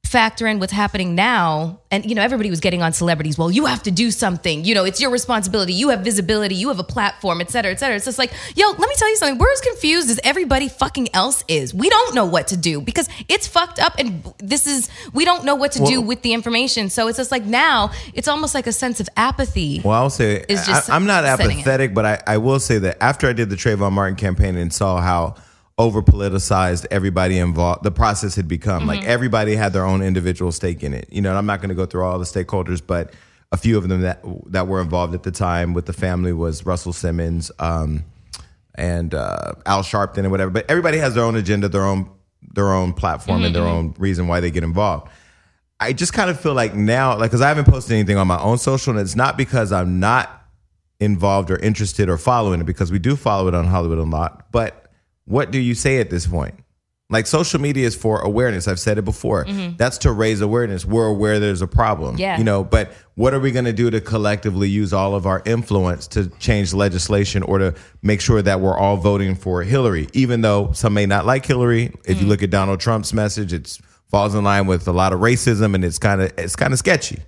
S2: factor in what's happening now and you know everybody was getting on celebrities well you have to do something you know it's your responsibility you have visibility you have a platform et cetera et cetera it's just like yo let me tell you something we're as confused as everybody fucking else is we don't know what to do because it's fucked up and this is we don't know what to do with the information so it's just like now it's almost like a sense of apathy
S1: Well, I'll say
S2: It's just
S1: I, am not
S2: setting it.
S1: apathetic, but I, I will say that after I did the Trayvon Martin campaign and saw how over politicized everybody involved, the process had become
S2: Mm-hmm.
S1: like everybody had their own individual stake in it. You know, and I'm not going to go through all the stakeholders, but a few of them that that were involved at the time with the family was Russell Simmons. Um, and uh, Al Sharpton and whatever. But everybody has their own agenda, their own their own platform, and their
S2: Mm-hmm.
S1: own reason why they get involved. I just kind of feel like now, like, because I haven't posted anything on my own social, and it's not because I'm not involved or interested or following it, because we do follow it on Hollywood Unlocked. But what do you say at this point? Like, social media is for awareness. I've said it before. That's to raise awareness. We're aware there's a problem.
S2: Yeah.
S1: You know, know, but what are we going to do to collectively use all of our influence to change legislation or to make sure that we're all voting for Hillary? Even though some may not like Hillary, if you look at Donald Trump's message, it falls in line with a lot of racism, and it's kind of it's kind of sketchy.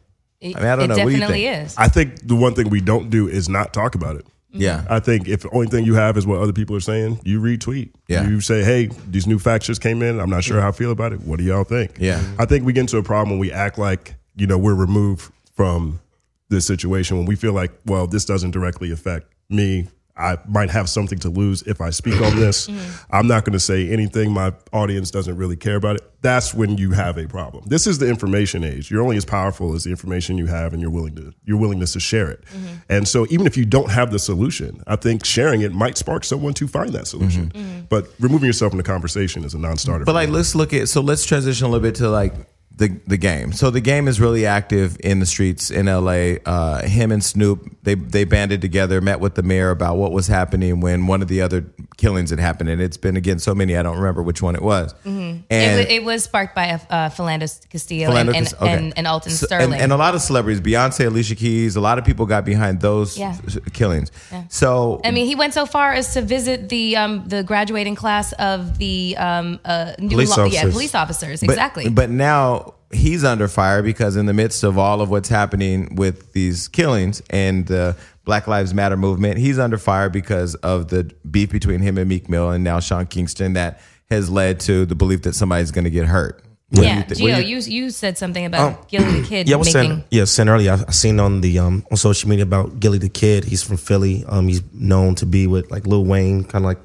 S1: I mean, I don't
S2: it
S1: know. What do you
S2: definitely
S1: think?
S2: is
S4: I think the one thing we don't do is not talk about it.
S1: Yeah,
S4: I think if the only thing you have is what other people are saying, you retweet.
S1: Yeah. Mm.
S4: You say, hey, these new facts just came in. I'm not sure how I feel about it. What do y'all think?
S1: Yeah.
S4: I think we get into a problem when we act like, you know, we're removed from this situation when we feel like, well, this doesn't directly affect me. I might have something to lose if I speak on this. I'm not going to say anything. My audience doesn't really care about it. That's when you have a problem. This is the information age. You're only as powerful as the information you have and your willing to your willingness to share it. And so even if you don't have the solution, I think sharing it might spark someone to find that solution. But removing yourself from the conversation is a non-starter.
S1: But like, let's look at so let's transition a little bit to like the the game. So the game is really active in the streets in L.A. Uh, him and Snoop they they banded together, met with the mayor about what was happening when one of the other killings had happened, and it's been again so many I don't remember which one it was.
S2: Mm-hmm. it,
S1: And
S2: wa- it was sparked by uh, Philando Castillo
S1: Philando
S2: and, and,
S1: Cas- okay.
S2: and, and Alton
S1: So-
S2: Sterling.
S1: And, and a lot of celebrities, Beyonce, Alicia Keys, a lot of people got behind those
S2: Yeah.
S1: s- killings. So
S2: I mean, he went so far as to visit the um, the graduating class of the um, uh, new
S3: Police
S2: yeah
S3: officers.
S2: police officers
S1: But-
S2: exactly.
S1: But now he's under fire because in the midst of all of what's happening with these killings and the Black Lives Matter movement, he's under fire because of the beef between him and Meek Mill and now Sean Kingston that has led to the belief that somebody's going to get hurt. What do
S2: yeah,
S1: thi- what do
S2: Gio, you, you said something about
S1: Oh.
S2: Gilly the Kid
S3: Yeah, I was
S2: making.
S3: saying, yeah, I was saying earlier, I, I seen on the um on social media about Gilly the Kid. He's from Philly. Um, he's known to be with like Lil Wayne, kind of like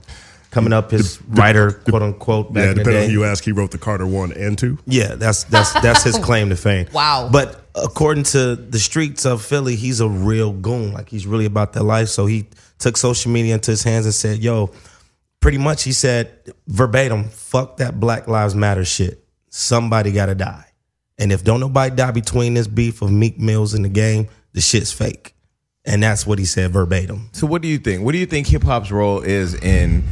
S3: coming up his writer, quote unquote. Back
S4: yeah,
S3: in the
S4: depending on
S3: day.
S4: who you ask, he wrote the Carter one and two.
S3: Yeah, that's that's that's his claim to fame.
S2: Wow.
S3: But according to the streets of Philly, he's a real goon. Like he's really about that life. So he took social media into his hands and said, "Yo," pretty much he said verbatim, "Fuck that Black Lives Matter shit. Somebody got to die. And if don't nobody die between this beef of Meek Mills in the game, the shit's fake." And that's what he said verbatim.
S1: So what do you think? What do you think hip hop's role is in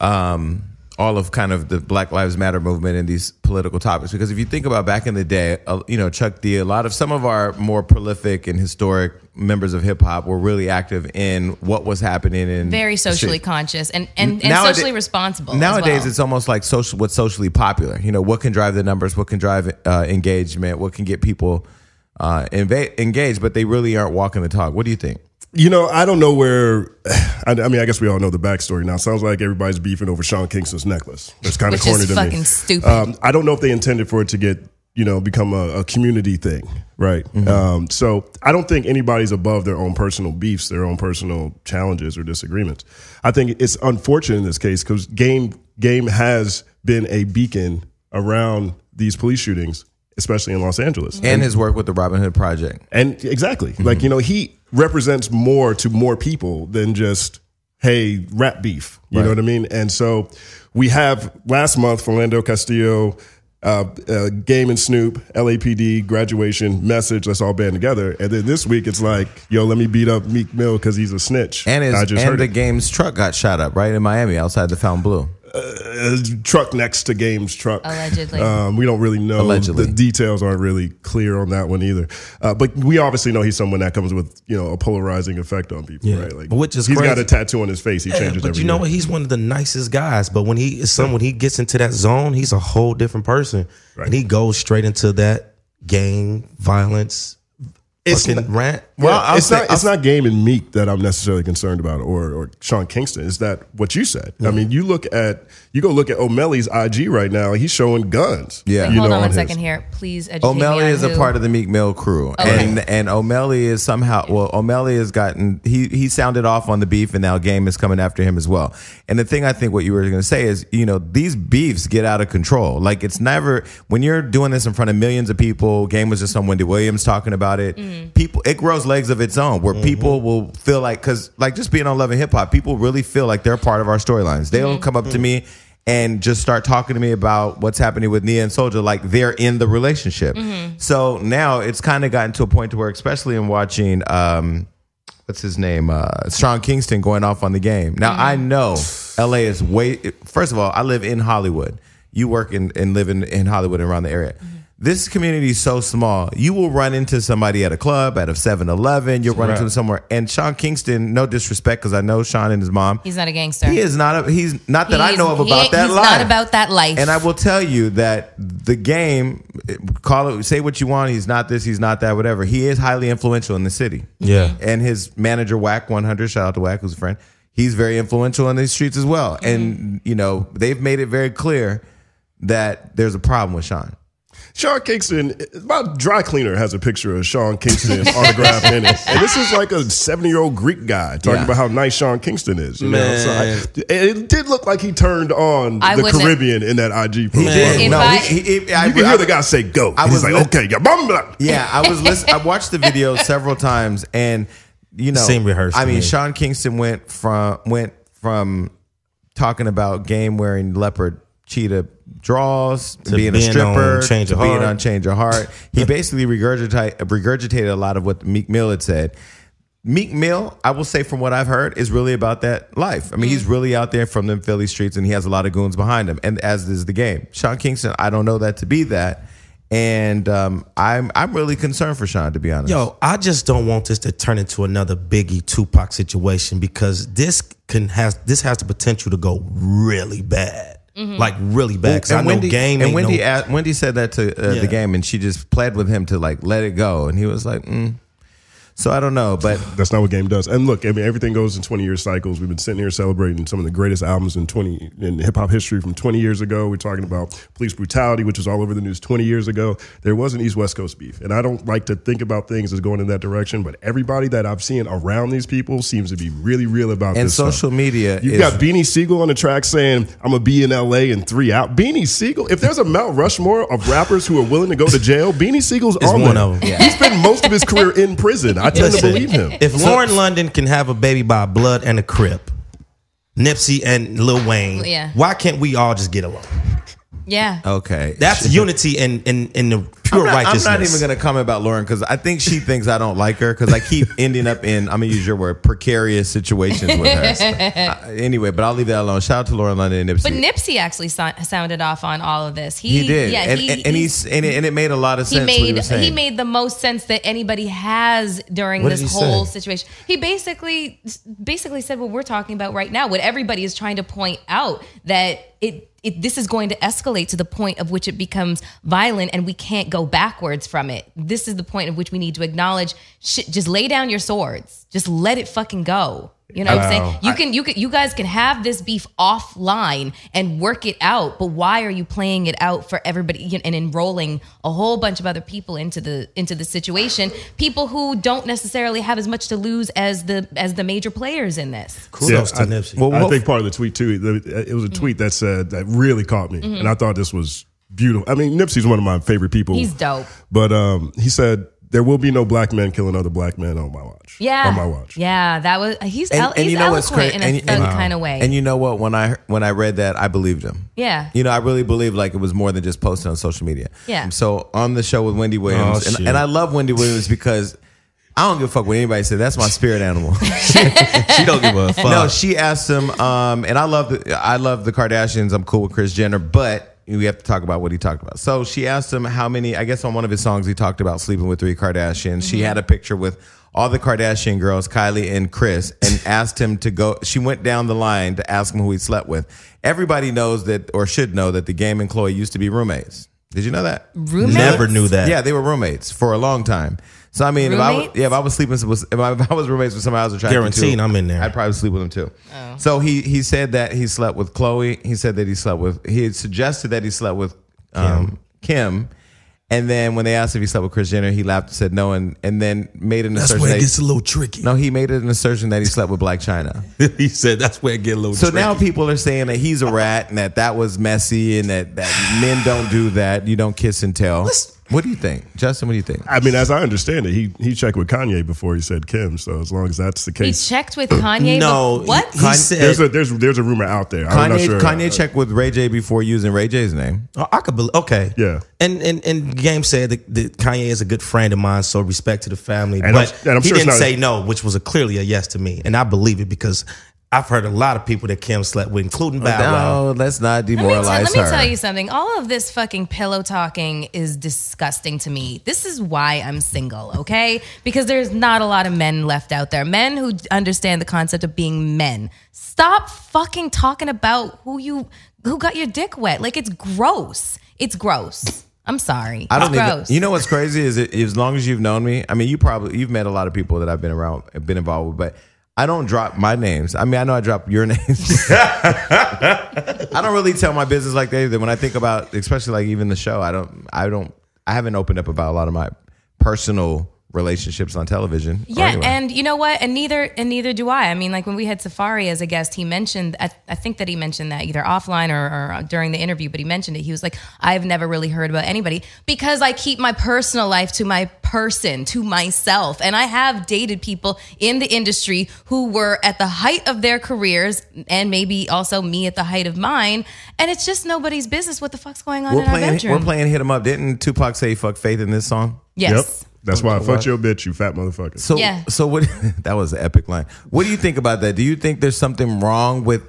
S1: um, all of kind of the Black Lives Matter movement and these political topics? Because if you think about back in the day, uh, you know Chuck D, a lot of some of our more prolific and historic members of hip hop were really active in what was happening in
S2: very
S1: the
S2: socially
S1: street.
S2: conscious and, and, and
S1: Nowada-
S2: socially responsible. as
S1: Nowadays,
S2: well.
S1: it's almost like social. What's socially popular? You know, what can drive the numbers? What can drive uh, engagement? What can get people uh, inva- engaged? But they really aren't walking the talk. What do you think?
S4: You know, I don't know where. I, I mean, I guess we all know the backstory now. Sounds like everybody's beefing over Sean Kingston's necklace. That's kind of
S2: Which
S4: corny
S2: is
S4: to me.
S2: fucking stupid.
S4: Um, I don't know if they intended for it to get you know become a, a community thing, right?
S3: Mm-hmm.
S4: Um, so I don't think anybody's above their own personal beefs, their own personal challenges or disagreements. I think it's unfortunate in this case because game game has been a beacon around these police shootings especially in Los Angeles.
S2: Mm-hmm.
S1: and his work with the Robin Hood Project.
S4: And exactly.
S1: Mm-hmm.
S4: Like, you know, he represents more to more people than just, hey, rap beef. You know what I mean? And so we have last month, Philando Castillo, uh, uh, Game and Snoop, LAPD, graduation, message, let's all band together. And then this week, it's like, yo, let me beat up Meek Mill because he's a snitch.
S1: And his
S4: I just
S1: and
S4: heard
S1: the
S4: it.
S1: game's truck got shot up right in Miami outside the Fountain Blue.
S4: Uh, truck next to Game's truck.
S2: Allegedly.
S4: Um, we don't really know.
S1: Allegedly.
S4: The details aren't really clear on that one either. Uh, but we obviously know he's someone that comes with you know a polarizing effect on people, right? Like,
S3: Which is
S4: he's got
S3: crazy.
S4: a tattoo on his face. He changes
S3: But
S4: every
S3: you know
S4: year.
S3: what? He's one of the nicest guys. But when he is some, when he gets into that zone, he's a whole different person, and he goes straight into that gang violence
S4: It's
S3: fucking
S4: not,
S3: rant.
S4: well,
S1: I'll
S4: it's
S1: say-
S4: not it's not Game and Meek that I'm necessarily concerned about, or or Sean Kingston. Is that what you said? I mean, you look at you go look at O'Malley's IG right now. He's showing guns.
S1: Yeah.
S2: Wait,
S1: You
S2: hold on
S4: know, on
S2: one
S4: his.
S2: second here. Please educate me
S1: O'Malley
S2: on
S1: is a
S2: who-
S1: part of the Meek Mill crew,
S2: Okay.
S1: and and O'Malley is somehow well. O'Malley has gotten he he sounded off on the beef, and now Game is coming after him as well. And the thing I think what you were going to say is, you know, these beefs get out of control. Like it's never when you're doing this in front of millions of people. Game was just on Wendy Williams talking about it. People, it grows legs of its own
S4: Mm-hmm.
S1: where people will feel like because like just being on Love and Hip Hop, people really feel like they're part of our storylines. They'll come up to me and just start talking to me about what's happening with Nia and Soldier, like they're in the relationship. So now it's kind of gotten to a point to where, especially in watching, um, what's his name, uh, Sean Kingston going off on the game. Now I know LA is way. First of all, I live in Hollywood. You work in, and live in, in Hollywood and around the area. This community is so small. You will run into somebody at a club, at a 7 Eleven. You'll run into them somewhere. And Sean Kingston, no disrespect, because I know Sean and his mom.
S2: He's not a gangster.
S1: He is not. A, he's not that
S2: He
S1: I
S2: is-
S1: know of
S2: he
S1: about
S2: ain't-
S1: that
S2: he's
S1: life.
S2: not about that life.
S1: And I will tell you that the game, call it, say what you want. He's not this. He's not that. Whatever. He is highly influential in the city.
S3: Yeah.
S1: And his manager Whack One Hundred. Shout out to Whack, who's a friend. He's very influential in these streets as well.
S2: Mm-hmm.
S1: And you know they've made it very clear that there's a problem with Sean.
S4: Sean Kingston, my dry cleaner has a picture of Sean Kingston autographed in it. And this is like a 70 year old Greek guy talking
S1: Yeah.
S4: about how nice Sean Kingston is. You Know?
S3: Man.
S4: So I, and it did look like he turned on
S2: I
S4: the
S2: wouldn't-
S4: Caribbean in that IG profile.
S1: He did.
S2: If
S1: no,
S2: I-
S1: he, he, he- I,
S4: You can
S1: I-
S4: hear the guy say, go.
S1: I
S4: He's
S1: was
S4: like,
S1: lit-
S4: okay, yeah, blah, blah.
S1: Yeah, I was listening. I watched the video several times, and you know,
S3: Same rehearsal,
S1: I mean,
S3: yeah.
S1: Sean Kingston went from went from talking about game wearing leopard cheetah draws to being, a
S3: being
S1: stripper,
S3: on Change
S1: to
S3: Your
S1: being
S3: Heart.
S1: on Change Your Heart. He basically regurgitate, regurgitated a lot of what Meek Mill had said. Meek Mill, I will say from what I've heard, is really about that life. I mean, he's really out there from them Philly streets, and he has a lot of goons behind him, and as is the game. Sean Kingston, I don't know that to be that, and um, I'm I'm really concerned for Sean to be honest.
S3: Yo, I just don't want this to turn into another Biggie Tupac situation because this can has this has the potential to go really bad, like really bad. 'Cause I know game
S1: and
S3: ain't
S1: Wendy,
S3: no-
S1: asked, Wendy said that to uh,
S3: Yeah.
S1: the game, and she just pled with him to like let it go, and he was like, mm. so I don't know, but
S4: That's not what game does. And look, I mean, everything goes in 20 year cycles. We've been sitting here celebrating some of the greatest albums in 20 in hip hop history from 20 years ago. We're talking about police brutality, which was all over the news 20 years ago. There was an East West Coast beef. And I don't like to think about things as going in that direction, but everybody that I've seen around these people seems to be really real about
S1: and
S4: this. stuff.
S1: social media
S4: You've
S1: is
S4: got Beanie Siegel on the track saying, I'm going to be in LA in three out. Beanie Siegel, if there's a Mount Rushmore of rappers who are willing to go to jail, Beanie Siegel's
S3: Is
S4: on
S3: one
S4: there.
S3: of them.
S4: He spent most of his career in prison. I tend to
S3: Listen,
S4: believe him.
S3: If Lauren London can have a baby by blood and a crip, Nipsey and Lil Wayne,
S2: Yeah.
S3: why can't we all just get along?
S2: yeah.
S1: okay.
S3: That's unity in in, in the pure
S1: I'm not, I'm
S3: righteousness.
S1: not even going to comment about Lauren because I think she thinks I don't like her because I keep ending up in, I'm going to use your word, precarious situations with her. So, uh, anyway, but I'll leave that alone. Shout out to Lauren London and Nipsey.
S2: But Nipsey actually so- sounded off on all of this. He,
S1: he did.
S2: Yeah,
S1: and,
S2: he,
S1: and, and, he's, and, it, and it made a lot of
S2: he
S1: sense. what
S2: made
S1: was
S2: he
S1: saying.
S2: made the most sense that anybody has during
S3: What did
S2: this
S3: he
S2: whole
S3: say?
S2: situation. He basically basically said what we're talking about right now. What everybody is trying to point out that it. It, this is going to escalate to the point of which it becomes violent and we can't go backwards from it. This is the point at which we need to acknowledge shit, just lay down your swords. Just let it fucking go. You know what I'm saying? You can you can you guys can have this beef offline and work it out, but why are you playing it out for everybody you know, and enrolling a whole bunch of other people into the into the situation? People who don't necessarily have as much to lose as the as the major players in this.
S3: Kudos
S4: Yeah,
S3: to Nipsey.
S1: Well, what-
S4: I
S2: Mm-hmm.
S4: think part of the tweet too. the- It was a tweet that said that really caught me, and I thought this was beautiful. I mean, Nipsey's one of my favorite people.
S2: He's dope.
S4: But um, he said there will be no black men killing other black men on my watch.
S2: Yeah.
S4: on my watch.
S2: Yeah, that was he's
S1: And-
S2: el-
S1: and
S2: he's
S1: you know what's
S2: eloquent
S1: cra-
S2: in a
S1: and- and-
S2: thug kind of way.
S1: And you know what? When I when I read that, I believed him.
S2: yeah.
S1: You know, I really believe like it was more than just posting on social media.
S2: Yeah.
S1: So on the show with Wendy Williams,
S3: Oh,
S1: and,
S3: shit.
S1: and I love Wendy Williams because I don't give a fuck what anybody says. That's my spirit animal.
S3: She don't give a fuck.
S1: No, she asked him, um, and I love the I love the Kardashians. I'm cool with Chris Jenner, but we have to talk about what he talked about. So she asked him how many. I guess on one of his songs, he talked about sleeping with three Kardashians. She had a picture with all the Kardashian girls, Kylie and Chris, and asked him to go. She went down the line to ask him who he slept with. Everybody knows that, or should know that, the Game and Chloe used to be roommates. Did you know that?
S2: Roommates?
S3: never knew that.
S1: Yeah, they were roommates for a long time. So I mean, if I was,
S2: Roommates?
S1: yeah, if I was sleeping, with- if I, if I was roommates with somebody I was attracted
S3: Guaranteed
S1: to,
S3: I'm in there.
S1: I'd probably sleep with him too. So he he said that he slept with Chloe. He said that he slept with. He had suggested that he slept with um, Kim. And then when they asked if he slept with Chris Jenner, he laughed and said no, and and then made an
S3: That's
S1: assertion.
S3: where
S1: That
S3: it gets a little tricky.
S1: no, he made an assertion that he slept with Black China.
S3: he said that's where it get a little
S1: So
S3: tricky.
S1: now people are saying that he's a rat and that that was messy and that, that men don't do that. You don't kiss and tell. What do you think, Justin? What do you think?
S4: I mean, as I understand it, he he checked with Kanye before he said Kim. So as long as that's the
S2: He
S4: case,
S2: checked with Kanye.
S3: no,
S2: but- what?
S3: He
S1: Kanye-
S3: said,
S4: there's a there's there's a rumor out there. I'm not
S1: Kanye,
S4: sure.
S1: Kanye checked with Ray J before using Ray J's name.
S3: Oh, I could believe. Okay.
S4: Yeah.
S3: And and and Game said that, that Kanye is a good friend of mine, so respect to the family.
S4: And I'm-
S3: but
S4: and I'm
S3: he
S4: sure it's
S3: didn't
S4: not-
S3: say no, which was a clearly a yes to me, and I believe it because I've heard a lot of people that Kim slept with, including Bow Wow.
S1: No, let's not
S2: Let me,
S1: demoralize
S2: tell- let me
S1: her.
S2: tell you something. All of this fucking pillow talking is disgusting to me. This is why I'm single, okay? Because there's not a lot of men left out there. Men who understand the concept of being men. Stop fucking talking about who you who got your dick wet. Like it's gross. It's gross. I'm sorry.
S1: I
S2: it's
S1: don't even.
S2: gross.
S1: You know what's crazy is it, as long as you've known me. I mean, you probably you've met a lot of people that I've been around, been involved with, but I don't drop my names. I mean, I know I drop your names. I don't really tell my business like that either. When I think about, especially like even the show, I don't, I don't, I haven't opened up about a lot of my personal relationships on television. Oh, or
S2: Yeah,
S1: anywhere.
S2: and you know what? And neither and neither do I. I mean, like when we had Safari as a guest, he mentioned I, I think that he mentioned that either offline or, or during the interview, but he mentioned it. He was like, "I've never really heard about anybody because I keep my personal life to my person, to myself." And I have dated people in the industry who were at the height of their careers and maybe also me at the height of mine, and it's just nobody's business what the fuck's going on
S1: we're
S2: in our
S1: playing,
S2: bedroom.
S1: we're playing hit 'em up. Didn't Tupac say "fuck faith" in this song?
S2: Yes.
S4: Yep. That's why I fucked your bitch, you fat motherfucker.
S1: So
S2: Yeah.
S1: so what that was an epic line. What do you think about that? Do you think there's something wrong with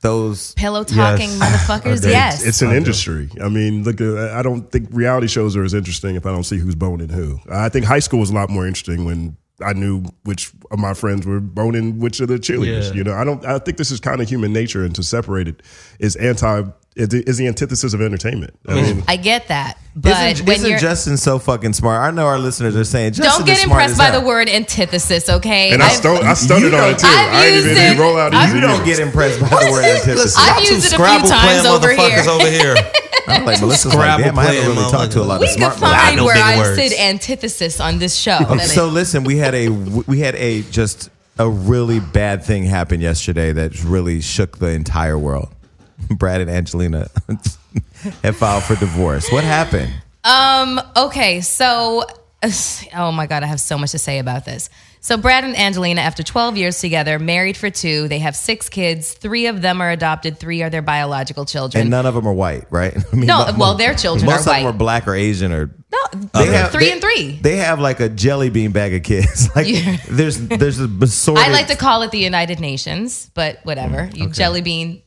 S1: those
S2: Pillow talking
S3: Yes.
S2: motherfuckers.
S3: Okay.
S2: Yes.
S4: It's an industry. I mean, look, uh, I don't think reality shows are as interesting if I don't see who's boning who. I think high school was a lot more interesting when I knew which of my friends were boning which of the cheerleaders.
S3: Yeah.
S4: You know, I don't. I think this is kind of human nature, and to separate it is anti is the, is the antithesis of entertainment. I mean,
S2: I get that, but
S1: isn't,
S2: when
S1: isn't
S2: you're
S1: Justin so fucking smart? I know our listeners are saying, Justin
S2: Don't get
S1: is smart
S2: impressed
S1: as
S2: by
S1: hell."
S2: the word antithesis, okay?
S4: and I,
S2: I've-
S4: stu- I
S1: you
S4: stuttered on
S1: don't-
S4: it too.
S2: I've
S4: I didn't
S2: used
S4: even
S2: it.
S4: roll out.
S2: I've-
S4: easy
S1: You don't
S4: either.
S1: get impressed by the word antithesis.
S2: I've used
S3: y'all two
S2: it a few
S3: Scrabble
S2: times
S3: playing
S2: over here.
S3: motherfuckers over here.
S1: I'm like, Melissa's like,
S3: Scrabble
S1: damn, I haven't
S3: playing
S1: really talked to a lot
S2: we
S1: of
S2: can
S1: smart people. Um,
S3: I
S2: find
S3: know
S2: where
S3: big
S2: I've
S3: words.
S2: said antithesis on this show. That
S1: So
S2: is-
S1: listen, we had a we had a just a really bad thing happen yesterday that really shook the entire world. Brad and Angelina have filed for divorce. What happened?
S2: um, okay, so oh my god, I have so much to say about this. So Brad and Angelina, after 12 years together, married for two, they have six kids. Three of them are adopted. Three are their biological children.
S1: And none of them are white, right? I mean,
S2: No,
S1: mo-
S2: well, their children
S1: most
S2: are
S1: of
S2: white.
S1: them are black or Asian or
S2: no,
S1: They
S2: they're
S1: have-
S2: three
S1: they-
S2: and three.
S1: They have like a jelly bean bag of kids. Like
S2: Yeah.
S1: there's there's a assorted.
S2: I like to call it the United Nations, but whatever. You jelly bean.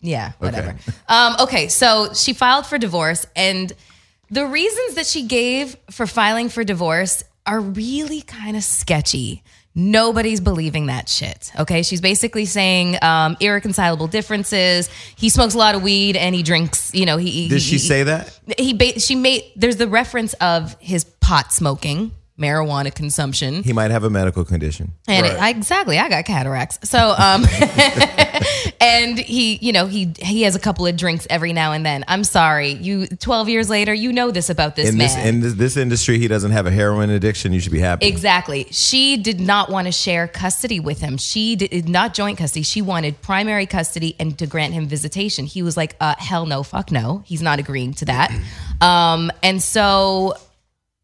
S2: Yeah, whatever.
S1: Mm, Okay.
S2: Um, okay, so she filed for divorce, and the reasons that she gave for filing for divorce are really kind of sketchy. Nobody's believing that shit. Okay, she's basically saying um, irreconcilable differences. He smokes a lot of weed and he drinks. You know, he.
S1: Did she
S2: he-
S1: say that?
S2: He ba- she made. There's the reference of his pot smoking, marijuana consumption.
S1: He might have a medical condition.
S2: And it-
S4: Right.
S2: exactly, I got cataracts. So, um, and he, you know, he he has a couple of drinks every now and then. I'm sorry, you. Twelve years later, you know this about this
S1: in
S2: man.
S1: this in this, this industry, he doesn't have a heroin addiction. You should be happy.
S2: Exactly. She did not want to share custody with him. She did not joint custody. She wanted primary custody and to grant him visitation. He was like, uh, hell no, fuck no. He's not agreeing to that. Um, and so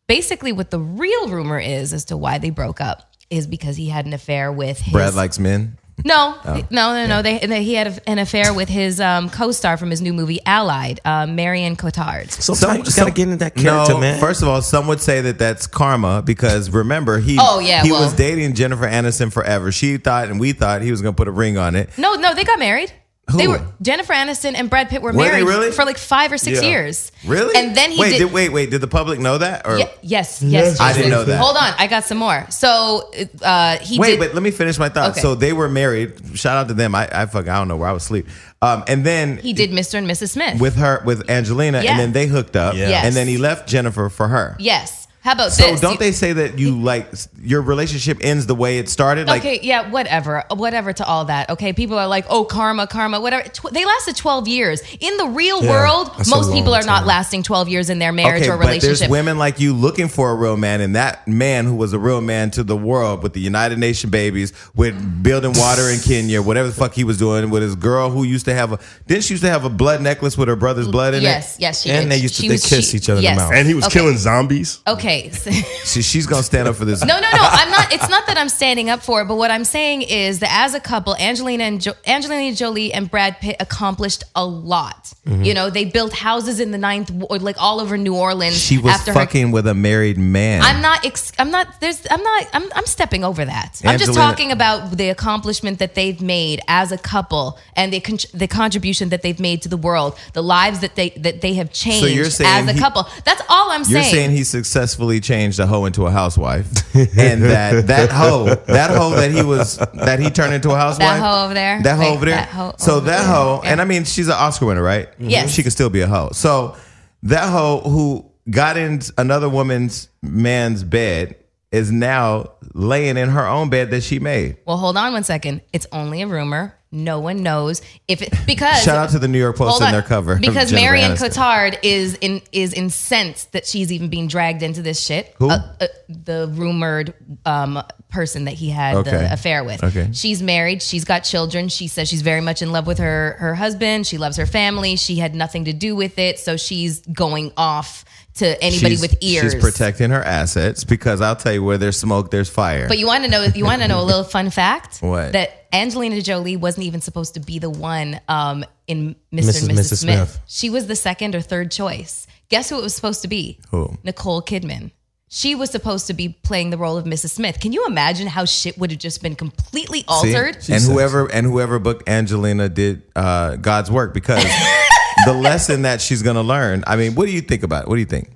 S2: basically, what the real rumor is as to why they broke up is because he had an affair with his.
S1: Brad likes men.
S2: No,
S1: Oh.
S2: no, no, no. They, they, he had an affair with his um, co-star from his new movie Allied, uh, Marion Cotard.
S3: Sometimes you just gotta
S1: some-
S3: get into that character,
S1: no,
S3: man.
S1: First of all, some would say that that's karma because remember he
S2: Oh, yeah,
S1: he
S2: well.
S1: was dating Jennifer Aniston forever. She thought and we thought he was going to put a ring on it.
S2: No, no, they got married. They
S1: Who?
S2: were Jennifer Aniston and Brad Pitt were,
S1: Were they
S2: married
S1: really?
S2: for like five or six
S4: Yeah.
S2: years.
S1: Really?
S2: And then he
S1: wait,
S2: did.
S1: wait, wait. Did the public know that? Or
S2: Ye- yes, yes,
S4: Yes.
S1: I didn't
S2: yes.
S1: know that.
S2: Hold on, I got some more. So uh, he
S1: Wait,
S2: did.
S1: but let me finish my thought.
S2: Okay.
S1: So they were married. Shout out to them. I, I fuck. I don't know where I was asleep. Um, and then
S2: he did Mr. and Mrs. Smith.
S1: with her with Angelina,
S2: Yeah.
S1: and then they hooked up.
S3: Yeah.
S2: Yes.
S1: And then he left Jennifer for her.
S2: yes. How about
S1: So
S2: this?
S1: don't
S2: You-
S1: they say that you like your relationship ends the way it started? Like
S2: okay, yeah, whatever, whatever to all that. Okay, people are like, oh, karma, karma, whatever. Tw- they lasted twelve years. In the real
S3: Yeah,
S2: world,
S3: that's a
S2: most people
S3: long
S2: are not
S3: time.
S2: lasting twelve years in their marriage
S1: okay,
S2: or
S1: but
S2: relationship.
S1: there's women like you looking for a real man, and that man who was a real man to the world with the United Nation babies, with building water in Kenya, whatever the fuck he was doing, with his girl who used to have a didn't she used to have a blood necklace with her brother's blood in
S2: yes, yes, she did.
S3: And they used to-
S2: She
S3: they
S2: was-
S3: kissed
S2: she-
S3: each other in the
S2: yes.
S3: mouth.
S4: And he was
S2: Okay.
S4: killing zombies.
S2: Okay.
S1: it. She, she's gonna stand up for this.
S2: No, no, no. I'm not. It's not that I'm standing up for it, but what I'm saying is that as a couple, Angelina and jo- Angelina Jolie and Brad Pitt accomplished a lot.
S3: Mm-hmm.
S2: You know, they built houses in the ninth, wa- like all over New Orleans.
S1: She was
S2: after Her-
S1: fucking with a married man.
S2: I'm not. Ex- I'm not. There's. I'm not. I'm. I'm stepping over that. I'm just
S1: Angelina-
S2: talking about the accomplishment that they've made as a couple and the con- the contribution that they've made to the world, the lives that they that they have changed
S1: you're saying
S2: as a
S1: he-
S2: couple. That's all I'm
S1: You're
S2: saying.
S1: saying he successfully changed a hoe into a housewife, and that that hoe, that hoe that he was, that he turned into a housewife.
S2: hoe over there.
S1: That hoe
S2: Wait,
S1: over there.
S2: that hoe
S1: so
S2: over
S1: that
S2: there.
S1: hoe,
S2: Yeah. Mm-hmm.
S1: and I mean, she's an Oscar winner, right?
S2: Yes.
S1: She could still be a hoe. So that hoe who got in another woman's man's bed is now laying in her own bed that she made.
S2: Well, hold on one second. It's only a rumor. No one knows if it because
S1: Shout out to the New York Post
S2: Hold on.
S1: and their cover. of
S2: because
S1: Jennifer
S2: Marion
S1: Aniston.
S2: Cotard is in is incensed that she's even being dragged into this shit.
S1: Who?
S2: uh, the rumored um, person that he had
S1: Okay.
S2: the affair with.
S1: Okay.
S2: She's married. She's got children. She says she's very much in love with her her husband. She loves her family. She had nothing to do with it, so she's going off to anybody
S1: She's-
S2: with ears.
S1: She's protecting her assets because I'll tell you where there's smoke, there's fire.
S2: But you want to know? You want to know a little fun fact?
S1: What?
S2: That Angelina Jolie wasn't even supposed to be the one um, in Mr.
S3: Mrs.
S2: and Mrs.
S3: Mrs.
S2: Smith.
S3: Smith.
S2: She was the second or third choice. Guess who it was supposed to be?
S1: Who?
S2: Nicole Kidman. She was supposed to be playing the role of Mrs. Smith. Can you imagine how shit would have just been completely
S1: See?
S2: altered?
S1: And whoever and whoever booked Angelina did uh, God's work because the lesson that she's gonna learn. I mean, what do you think about it? What do you think?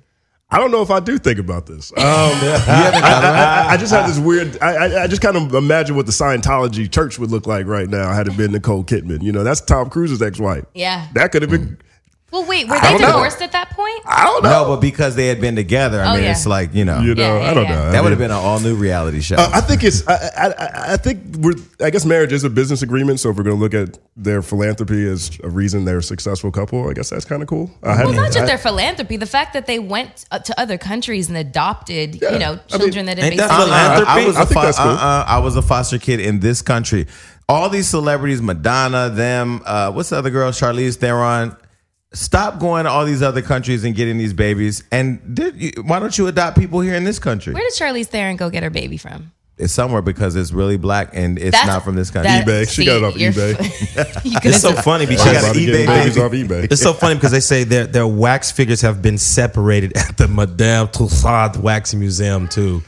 S4: I don't know if I do think about this. Um, I, I- I just had this weird. I, I, I just kind of imagine what the Scientology church would look like right now had it been Nicole Kidman. You know, that's Tom Cruise's ex-wife.
S2: Yeah.
S4: that could have been.
S2: Well, wait, were
S4: I
S2: they
S4: don't know.
S2: divorced at that point?
S4: I don't know.
S1: No, but because they had been together, I
S2: Oh,
S1: mean,
S2: yeah.
S1: it's like you know
S4: you know,
S2: Yeah, yeah,
S4: I don't
S2: yeah.
S4: know. Uh, I
S1: that would have
S4: mean,
S1: been an all new reality show.
S4: I think it's. I, I, I- I think we're. I guess marriage is a business agreement. So if we're going to look at their philanthropy as a reason they're a successful couple, I guess that's kind of cool. I
S2: Well,
S4: hadn't-
S2: not just
S4: I-
S2: their philanthropy, the fact that they went up to other countries and adopted, you
S4: Yeah.
S2: know,
S4: I mean,
S2: children that had
S3: ain't
S2: been
S3: that
S2: stolen.
S1: Uh-uh.
S3: philanthropy?
S1: I, I was a
S4: I think
S1: fo-
S4: that's cool.
S1: uh-uh, I was a foster kid in this country. All these celebrities, Madonna, them, uh, what's the other girl, Charlize Theron. Stop going to all these other countries and getting these babies. And did you, why don't you adopt people here in this country?
S2: Where did Charlize Theron go get her baby from?
S1: It's somewhere because it's really black and it's not from this country.
S2: that-
S4: eBay. She got it off
S2: you're-
S4: eBay.
S2: you could
S3: It's so funny because
S1: I gotta
S4: Everybody
S1: eBay,
S4: getting babies
S1: baby.
S4: off eBay.
S3: It's so funny because they say their their wax figures have been separated at the Madame Tussauds Wax Museum too.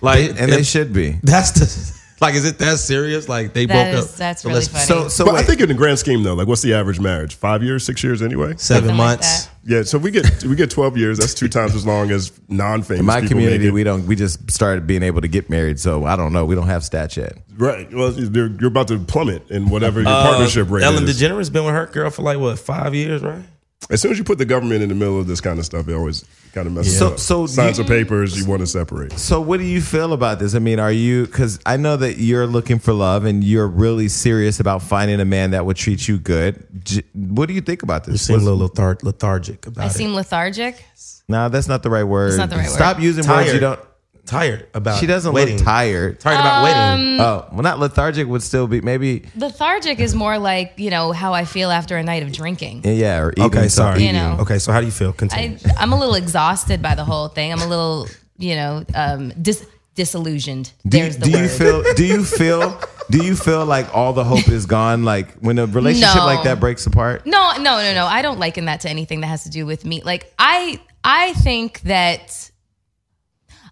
S3: Like
S1: and they should be.
S3: that's the like is it that serious? Like they
S2: That
S3: broke
S2: is-
S3: up.
S2: that's
S3: the
S2: really
S3: last
S2: funny.
S1: So, so
S4: But
S1: wait,
S4: I think in the grand scheme, though, like what's the average marriage? Five years, six years, anyway.
S3: Seven
S2: Something like
S3: months.
S2: that.
S4: Yeah, so we get we get twelve years. That's two times as long as non-famous.
S1: in my
S4: people
S1: community,
S4: make
S1: we don't. We just started being able to get married, so I don't know. We don't have stats yet.
S4: it. right. Well, you're, you're about to plummet in whatever your partnership rate
S3: Ellen
S4: is.
S3: DeGeneres been with her girl for like what five years, right?
S4: As soon as you put the government in the middle of this kind of stuff, it always kind of messes
S1: So-
S4: up.
S1: so
S4: signs
S1: you-
S4: of papers you want to separate.
S1: So, what do you feel about this? I mean, are you because I know that you're looking for love and you're really serious about finding a man that would treat you good. J- what do you think about
S3: You
S1: this?
S3: seem a little lethar- lethargic about
S2: I
S3: it.
S2: seem lethargic.
S1: No, that's not the right word.
S2: not the right word.
S1: Stop using words you
S3: Tired.
S1: don't.
S3: tired about.
S1: She doesn't
S3: waiting.
S1: look tired.
S3: Tired
S2: Um,
S3: about
S2: Mm.
S3: waiting.
S1: Oh, well, not lethargic would still be maybe.
S2: Lethargic is more like, you know, how I feel after a night of drinking.
S1: Yeah, or eating
S3: Okay,
S1: some-
S3: sorry.
S2: You know.
S3: Okay, so how do you feel? Continue.
S2: I, I'm a little exhausted by the whole thing. I'm a little, you know, um, dis- disillusioned.
S1: Do, you-
S2: There's the
S1: do
S2: word.
S1: you feel? Do you feel? Do you feel like all the hope is gone? Like when a relationship
S2: No.
S1: like that breaks apart?
S2: No, no, no, no. I don't liken that to anything that has to do with me. Like I I think that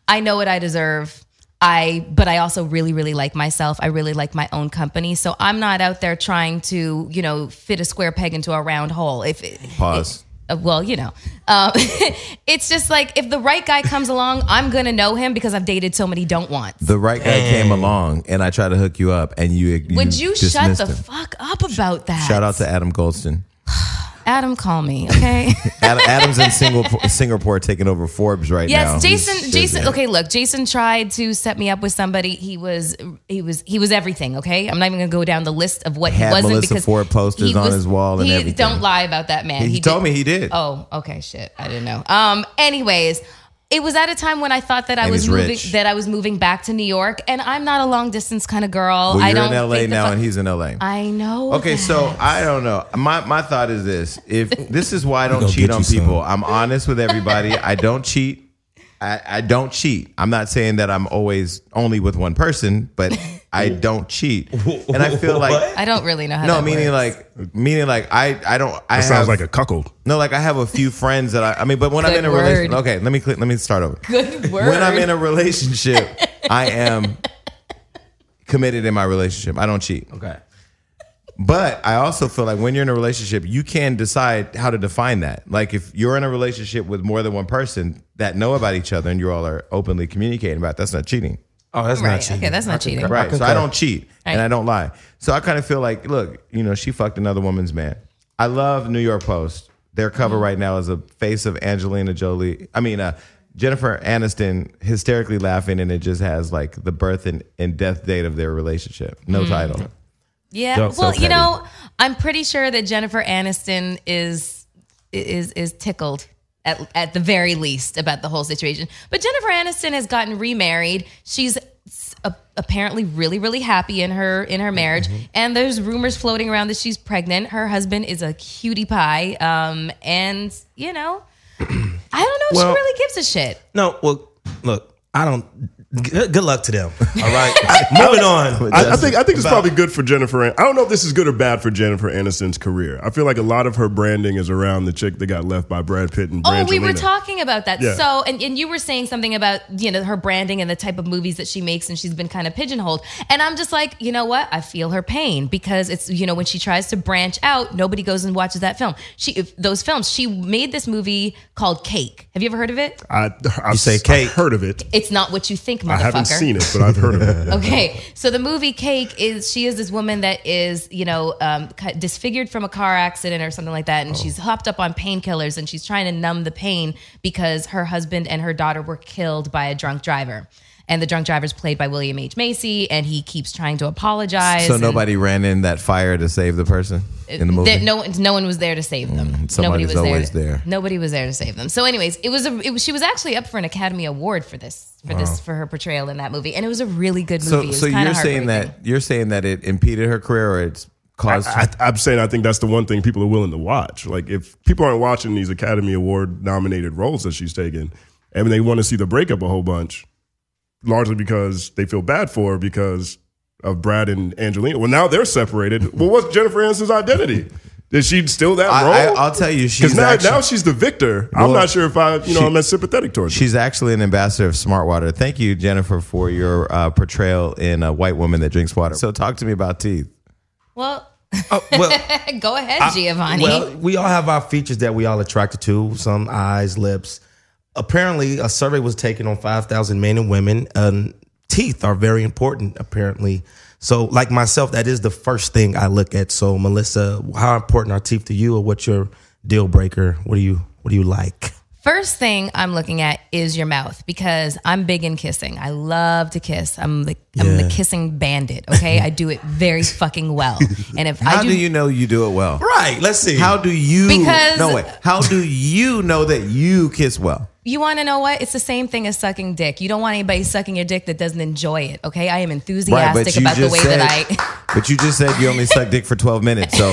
S2: I know what I deserve. I but I also really really like myself. I really like my own company. So I'm not out there trying to, you know, fit a square peg into a round hole. If it,
S1: Pause.
S2: uh, well, you know, um, it's just like if the right guy comes along, I'm gonna know him because I've dated so many don't want.
S1: The right guy came along, and I tried to hook you up, and you.
S2: Would you shut
S1: dismissed
S2: the
S1: him.
S2: fuck up about that?
S1: Shout out to Adam Goldston.
S2: Adam. Call me, okay?
S1: Adam, Adam's in Singapore, Singapore taking over Forbes right now. He's-
S2: Yes, Jason. Jason. Okay, look, Jason tried to set me up with somebody. He was. He was. He was everything. Okay, I'm not even gonna go down the list of what he
S1: Had
S2: wasn't
S1: Melissa
S2: because
S1: Ford posters
S2: he
S1: on his wall and
S2: he,
S1: everything.
S2: Don't lie about that man.
S1: He, told
S2: did-
S1: me he did.
S2: Oh, okay, shit. I didn't know. Um. Anyways. It was at a time when I thought that I
S1: And
S2: was
S1: he's
S2: moving
S1: rich.
S2: that I was moving back to New York, and I'm not a long distance kind of girl.
S1: well,
S2: I
S1: you're
S2: don't
S1: in LA
S2: think the
S1: now,
S2: fu-
S1: and he's in LA.
S2: I know.
S1: Okay,
S2: that.
S1: so I don't know. My my thought is this: if this is why I don't
S3: gonna
S1: cheat
S3: get
S1: on
S3: you some.
S1: people, I'm honest with everybody. I don't cheat. I, I don't cheat. I'm not saying that I'm always only with one person, but I don't cheat. And I feel like
S2: I don't really know how.
S1: no,
S2: that
S1: meaning
S2: works.
S1: like meaning like I I don't. I
S4: That
S1: have,
S4: sounds like a cuckold.
S1: no, like I have a few friends that I. I mean, but when I'm
S2: Good
S1: in a
S2: word.
S1: relationship, okay, let me cl- let me start over.
S2: good word.
S1: when I'm in a relationship, I am committed in my relationship. I don't cheat.
S3: okay.
S1: But I also feel like when you're in a relationship, you can decide how to define that. Like if you're in a relationship with more than one person that know about each other and you all are openly communicating about, it, that's not cheating.
S3: Oh, that's
S2: Right,
S3: not cheating.
S2: okay, that's not
S3: I concur.
S2: cheating.
S1: Right. so I
S3: concur.
S1: don't cheat and I don't lie. So I kind of feel like, look, you know, she fucked another woman's man. I love New York Post. Their cover right now is a face of Angelina Jolie. I mean, uh, Jennifer Aniston hysterically laughing, and it just has like the birth and, and death date of their relationship. No title.
S2: Yeah.
S3: Don't sell
S2: well, you
S3: Teddy.
S2: know, I'm pretty sure that Jennifer Aniston is is is tickled at at the very least about the whole situation. But Jennifer Aniston has gotten remarried. She's s- a- apparently really really happy in her in her marriage
S3: Mm-hmm.
S2: and there's rumors floating around that she's pregnant her husband is a cutie pie um and you know i don't know if
S3: Well-
S2: she really gives a shit
S3: No, well, look, I don't. Good, good luck to them. All right, moving on.
S4: I, I think I think it's probably good for Jennifer. An- I don't know if this is good or bad for Jennifer Aniston's career. I feel like a lot of her branding is around the chick that got left by Brad Pitt and
S2: Oh, we were
S4: Brangelina.
S2: talking about that.
S4: Yeah.
S2: So, and, and you were saying something about, you know, her branding and the type of movies that she makes, and she's been kind of pigeonholed. And I'm just like, you know what? I feel her pain because it's, you know, when she tries to branch out, nobody goes and watches that film. She, if those films, she made this movie called Cake. Have you ever heard of it?
S4: I, I've,
S3: say
S4: I've
S3: cake.
S4: heard of it.
S2: It's not what you think, motherfucker.
S4: I haven't seen it, but I've heard of it.
S2: Okay, so the movie Cake is she is this woman that is you know um, cut- disfigured from a car accident or something like
S1: Oh.
S2: that, and she's hopped up on painkillers and she's trying to numb the pain because her husband and her daughter were killed by a drunk driver, and the drunk driver's played by William H Macy, and he keeps trying to apologize.
S1: So
S2: and
S1: nobody ran in that fire to save the person in the movie. Mm,
S2: That no, one- no one was there to save them. Nobody
S1: somebody's
S2: was
S1: always
S2: there.
S1: there.
S2: Nobody was there to save them. So, anyways, it was a. It was, she was actually up for an Academy Award for this, for this, for her portrayal in that movie, and it was a really good movie. It
S1: so,
S2: was
S1: so
S2: kinda
S1: you're saying
S2: heartbreaking.
S1: that you're saying that it impeded her career, or it's caused.
S4: I, I'm saying I think that's the one thing people are willing to watch. Like if people aren't watching these Academy Award nominated roles that she's taken, and they want to see the breakup a whole bunch, largely because they feel bad for her because of Brad and Angelina. Well, now they're separated. Well, what's Jennifer Aniston's identity? Is she still that
S1: I,
S4: role?
S1: will tell you, she's
S4: Because now,
S1: actually-
S4: now she's the victor. I'm
S1: Well,
S4: not sure if I, you know,
S1: she-
S4: I'm as sympathetic towards her.
S1: She's actually an ambassador of Smart Water. Thank you, Jennifer, for your uh, portrayal in a white woman that drinks water. So talk to me about teeth.
S2: Well,
S3: Oh, well,
S2: Go ahead, Giovanni.
S3: Well, we all have our features that we all attracted to, some eyes, lips. Apparently, a survey was taken on 5,000 men and women. Um, teeth are very important, apparently. So, like myself, that is the first thing I look at. So, Melissa, how important are teeth to you or what's your deal breaker? What do you What do you like?
S2: First thing I'm looking at is your mouth because I'm big in kissing. I love to kiss. I'm the I'm the
S3: Yeah.
S2: kissing bandit. Okay, I do it very fucking well. And if
S1: How
S2: I do,
S1: do you know you do it well?
S3: Right. Let's see.
S1: How do you?
S2: Because-
S1: no wait. How do you know that you kiss well?
S2: you want to know what? It's the same thing as sucking dick. You don't want anybody sucking your dick that doesn't enjoy it. Okay, I am enthusiastic about the way that I.
S1: But you just said you only suck dick for twelve minutes, so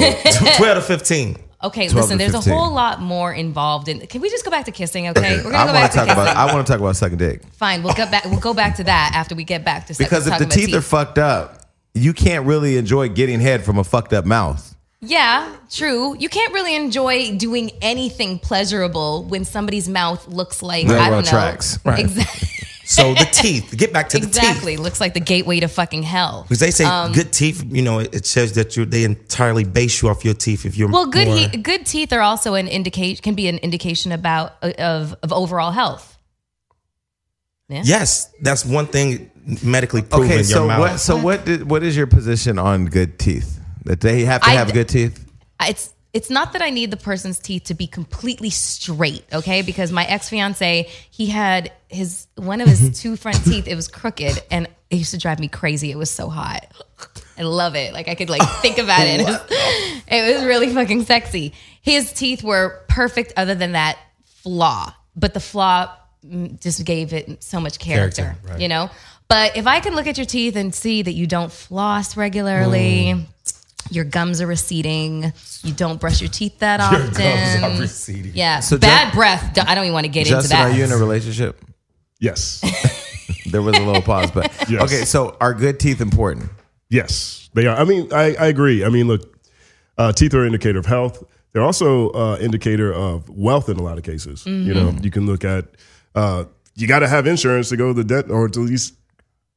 S3: twelve to fifteen?
S2: Okay,
S1: 12
S2: listen,
S1: to
S2: there's
S1: 15.
S2: a whole lot more involved in. Can we just go back to kissing? Okay,
S1: I
S2: we're gonna go
S1: want
S2: back
S1: to
S2: to
S1: talk
S2: kissing.
S1: about. I want to talk about sucking dick
S2: Fine, we'll get back. We'll go back to that after we get back to suck-
S1: because if the
S2: talking about
S1: teeth are fucked up, you can't really enjoy getting head from a fucked up mouth.
S2: Yeah, true. You can't really enjoy doing anything pleasurable when somebody's mouth looks like I
S1: Railroad
S2: don't know.
S1: tracks.
S3: Right.
S2: Exactly.
S3: So the teeth. Get back to the teeth.
S2: Exactly. Looks like the gateway to fucking hell.
S3: Because they say
S2: Um,
S3: good teeth, you know, it it says that you they entirely base you off your teeth. If you're
S2: Well, good
S3: more-
S2: he- good teeth are also an indication can be an indication about uh, of of overall health.
S3: yes, that's one thing medically proven.
S1: Okay,
S3: your
S1: so
S3: mouth.
S1: what? So what? Did, what is your position on good teeth? That they have to
S2: I
S1: have
S2: d-
S1: good teeth.
S2: it's it's not that I need the person's teeth to be completely straight, okay? Because my ex fiance, he had his one of
S3: Mm-hmm.
S2: his two front teeth, it was crooked, and it used to drive me crazy. It was so hot. I love it. Like I could like think about it. It was, it was really fucking sexy. His teeth were perfect, other than that flaw. But the flaw mm, just gave it so much character,
S3: Character, right.
S2: you know. But if I can look at your teeth and see that you don't floss regularly
S3: Mm.
S2: your gums are receding. You don't brush your teeth that often.
S3: receding.
S2: Yeah,
S1: So
S2: bad
S1: Ju-
S2: breath. I don't even want to get into
S1: Justin,
S2: that.
S1: are you in a relationship?
S4: Yes.
S1: There was a little pause, but
S4: Yes.
S1: okay. So are good teeth important?
S4: Yes, they are. I mean, I, I agree. I mean, look, uh, teeth are an indicator of health. They're also uh, indicator of wealth in a lot of cases.
S2: Mm-hmm.
S4: You know, you can look at uh, you got to have insurance to go to the debt, or at least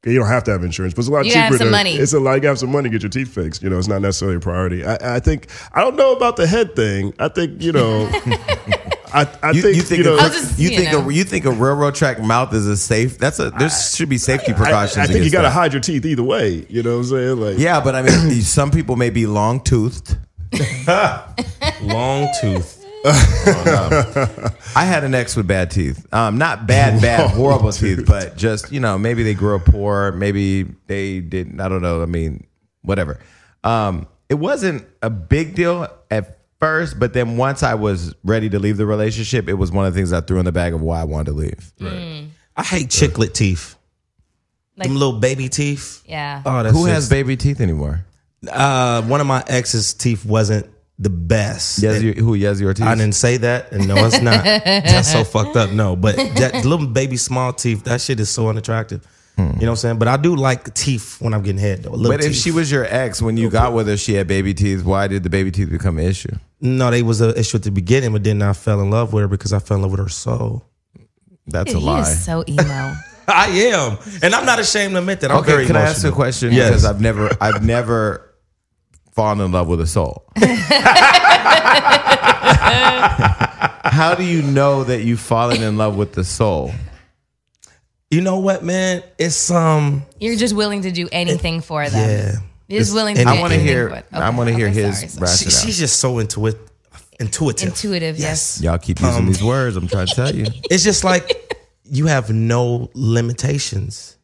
S4: you don't have to have insurance, but it's a lot
S2: You
S4: cheaper.
S2: have some
S4: to,
S2: money.
S4: It's a lot. You gotta have some money to get your teeth fixed. You know, it's not necessarily a priority. I, I think I don't know about the head thing. I think you know. I, I
S1: You
S4: think,
S1: you think
S4: you know,
S1: a,
S2: I'll
S1: cr-
S2: just,
S1: you
S2: you
S1: think
S2: know.
S1: a, you think a railroad track mouth is a safe? That's a there should be safety
S4: I, I
S1: precautions.
S4: think you
S1: against
S4: got to
S1: that.
S4: hide your teeth either way. You know what I'm saying? Like,
S1: Yeah, but I mean, some people may be long toothed.
S3: Long tooth.
S1: I had an ex with bad teeth. Um, not bad, bad, horrible teeth, but just you know, maybe they grew up poor. Maybe they didn't. I don't know. I mean, whatever. Um, it wasn't a big deal at first, but then once I was ready to leave the relationship, it was one of the things I threw in the bag of why I wanted to leave.
S3: I hate chiclet teeth.
S2: Like-
S3: Them little baby teeth.
S2: yeah.
S3: Oh, that's
S1: Who has
S3: just-
S1: baby teeth anymore?
S3: uh, one of my ex's teeth wasn't the best.
S1: Yes, you- who? Yes, your teeth.
S3: I didn't say that, and no, it's not. That's so fucked up. No, but that little baby small teeth, that shit is so unattractive. You know what I'm saying? But I do like teeth when I'm getting head though. Little
S1: Hmm. But if
S3: teeth.
S1: she was your ex when you got with her, she had baby teeth. Why did the baby teeth become an issue?
S3: no, they was an issue at the beginning, but then I fell in love with her because I fell in love with her soul.
S1: That's a
S2: he
S1: lie.
S2: is so emo.
S3: I am, and I'm not ashamed to admit that. I'm
S1: Okay,
S3: very
S1: can I
S3: emotional.
S1: ask you a question?
S3: Yes.
S1: Because I've never, I've never fallen in love with a soul. How do you know that you've fallen in love with the soul?
S3: You know what, man? It's um,
S2: You're just willing to do anything for them.
S3: yeah.
S2: You're just willing to.
S3: and
S2: do
S3: I wanna
S2: anything
S1: hear-
S2: for it.
S1: I wanna hear his
S2: sorry, sorry.
S1: rap.
S3: She, she's just so intuit, intuitive.
S2: Intuitive, yes.
S1: Y'all keep using
S3: Um,
S1: these words. I'm trying to tell you.
S3: It's just like you have no limitations.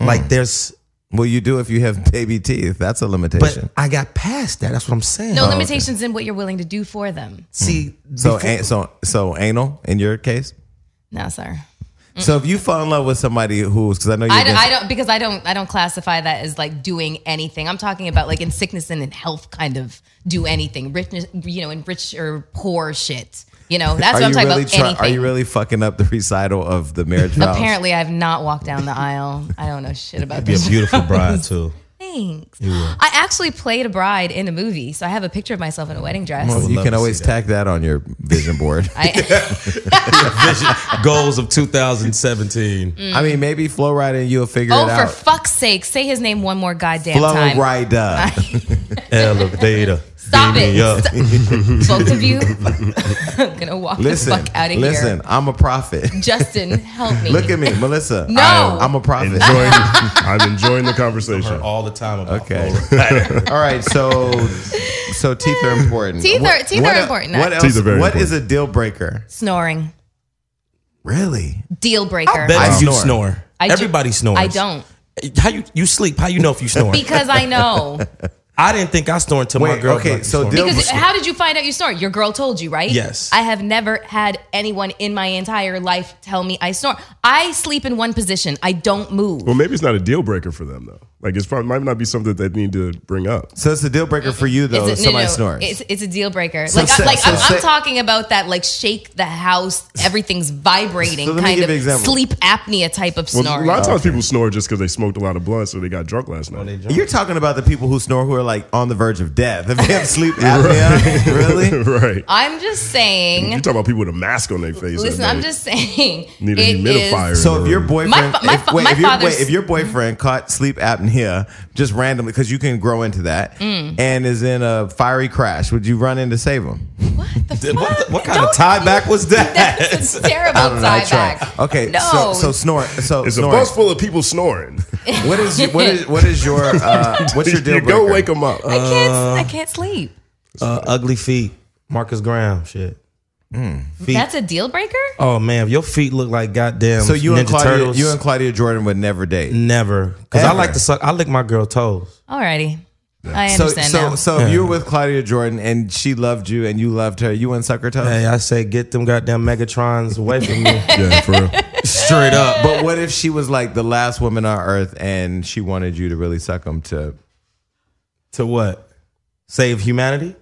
S3: Like there's,
S1: Well, you do if you have baby teeth. That's a
S3: but
S1: limitation.
S3: I got past that. That's what I'm saying.
S1: Oh,
S2: No limitations in what you're willing to do for them.
S3: See,
S1: so,
S3: before-
S1: an, so, so anal in your case.
S2: No, sir.
S1: So, if you fall in love with somebody who's, because I know you're
S2: I don't,
S1: against-
S2: I don't because I don't I don't classify that as like doing anything. I'm talking about like in sickness and in health, kind of do anything, richness, you know, in rich or poor shit. You know, that's what I'm
S1: you
S2: talking
S1: really
S2: about.
S1: try-
S2: anything.
S1: Are you really fucking up the recital of the marriage vows?
S2: Apparently, I've not walked down the aisle. I don't know shit about
S3: be a
S2: this.
S3: beautiful bride too.
S2: Thanks. I actually played a bride in a movie, so I have a picture of myself in a wedding dress.
S1: Well, you
S3: love
S1: can
S3: to see
S1: always
S3: that.
S1: tack that on your vision board.
S2: I,
S3: Goals of 2017.
S1: I mean, maybe Flo Rida and you'll figure
S2: Mm. oh,
S1: it
S2: for
S1: out.
S2: fuck's sake, say his name one more goddamn
S1: Flo
S2: time.
S1: Rida.
S3: Elevator.
S2: Stop
S3: beat
S2: it.
S3: me up.
S2: Stop. Both of you, I'm gonna walk the
S1: Listen,
S2: fuck out of
S1: listen,
S2: here.
S1: I'm a prophet.
S2: Justin, help me.
S1: Look at me, Melissa.
S2: No.
S1: I, am a prophet.
S4: Enjoying, I'm enjoying the conversation.
S3: all the time. About
S1: Okay.
S3: Florida.
S1: All right, so so teeth are important.
S2: Teeth are- teeth are important.
S1: What else?
S4: Teeth are very
S1: what is a
S4: important.
S1: deal breaker?
S2: Snoring,
S1: Really?
S2: deal breaker.
S3: Bet
S1: I
S3: you
S1: snore.
S3: snore.
S2: I ju-
S3: Everybody snores.
S2: I don't
S3: How you you sleep? How you know if you snore?
S2: because I know.
S3: I didn't think I snored until my
S1: Wait,
S3: girl.
S1: okay,
S3: was like,
S1: so
S3: "You
S1: deal-
S3: snoring."
S2: Because how did you find out you snore? Your girl told you, right?
S3: Yes.
S2: I have never had anyone in my entire life tell me I snore. I sleep in one position. I don't move.
S4: Well, maybe it's not a deal breaker for them though. Like it's probably might not be something that they need to bring up.
S1: So it's a deal breaker for you though.
S2: It's a-
S1: if somebody snores.
S2: It's, it's a deal breaker. like,
S1: say-
S2: I, like
S1: so
S2: I'm,
S1: say-
S2: I'm talking about that, like shake the house, everything's vibrating,
S1: So let me
S2: kind
S1: give you an
S2: of
S1: example.
S2: sleep apnea type of
S4: Well,
S2: snoring.
S4: a lot of times people snore just because they smoked a lot of blunt, so they got drunk last night.
S1: You're talking about the people who snore who are like on the verge of death. If they have sleep apnea, really?
S4: right.
S2: I'm just
S4: You're
S2: saying.
S4: talking about people with a mask on their face.
S2: Um, Listen,
S4: that
S2: I'm
S4: night.
S2: just saying.
S4: need a
S2: it is-
S4: humidifier. in
S1: So
S4: the
S1: if your
S4: room.
S1: boyfriend,
S2: My fa- my
S1: if,
S2: fa-
S1: wait,
S2: my
S1: if, your,
S2: father's-
S1: wait, if your boyfriend caught sleep apnea just randomly because you can grow into that
S2: Mm.
S1: and is in a fiery crash, would you run in to save him?
S3: what, the- what kind
S2: Don't
S3: of tie back was that?
S2: That's a terrible
S1: I don't know. I
S2: tie
S1: tried.
S2: back.
S1: Okay,
S2: No.
S1: so so snore. So
S4: it's
S1: snoring.
S4: a bus full of people snoring.
S1: What is what is what is your uh, what's your deal
S4: you
S1: breaker?
S4: go wake them up.
S2: I can't. I can't sleep.
S3: Uh, ugly feet. Marcus Graham. Shit. Feet.
S2: That's a deal breaker.
S3: oh man, if your feet look like goddamn.
S1: So you
S3: Ninja
S1: and Claudia,
S3: Turtles.
S1: you and Claudia Jordan would never date.
S3: never. Because I
S1: Ever.
S3: like to suck. I lick my girl toes.
S2: Alrighty, I
S1: So
S2: understand
S1: so
S2: now.
S1: so if you were with Claudia Jordan and she loved you and you loved her, you wouldn't suck her toes.
S3: Hey, I say get them goddamn Megatrons away from me.
S4: yeah, for real.
S3: Straight up.
S1: But what if she was like the last woman on earth and she wanted you to really suck them to
S3: To what? Save humanity?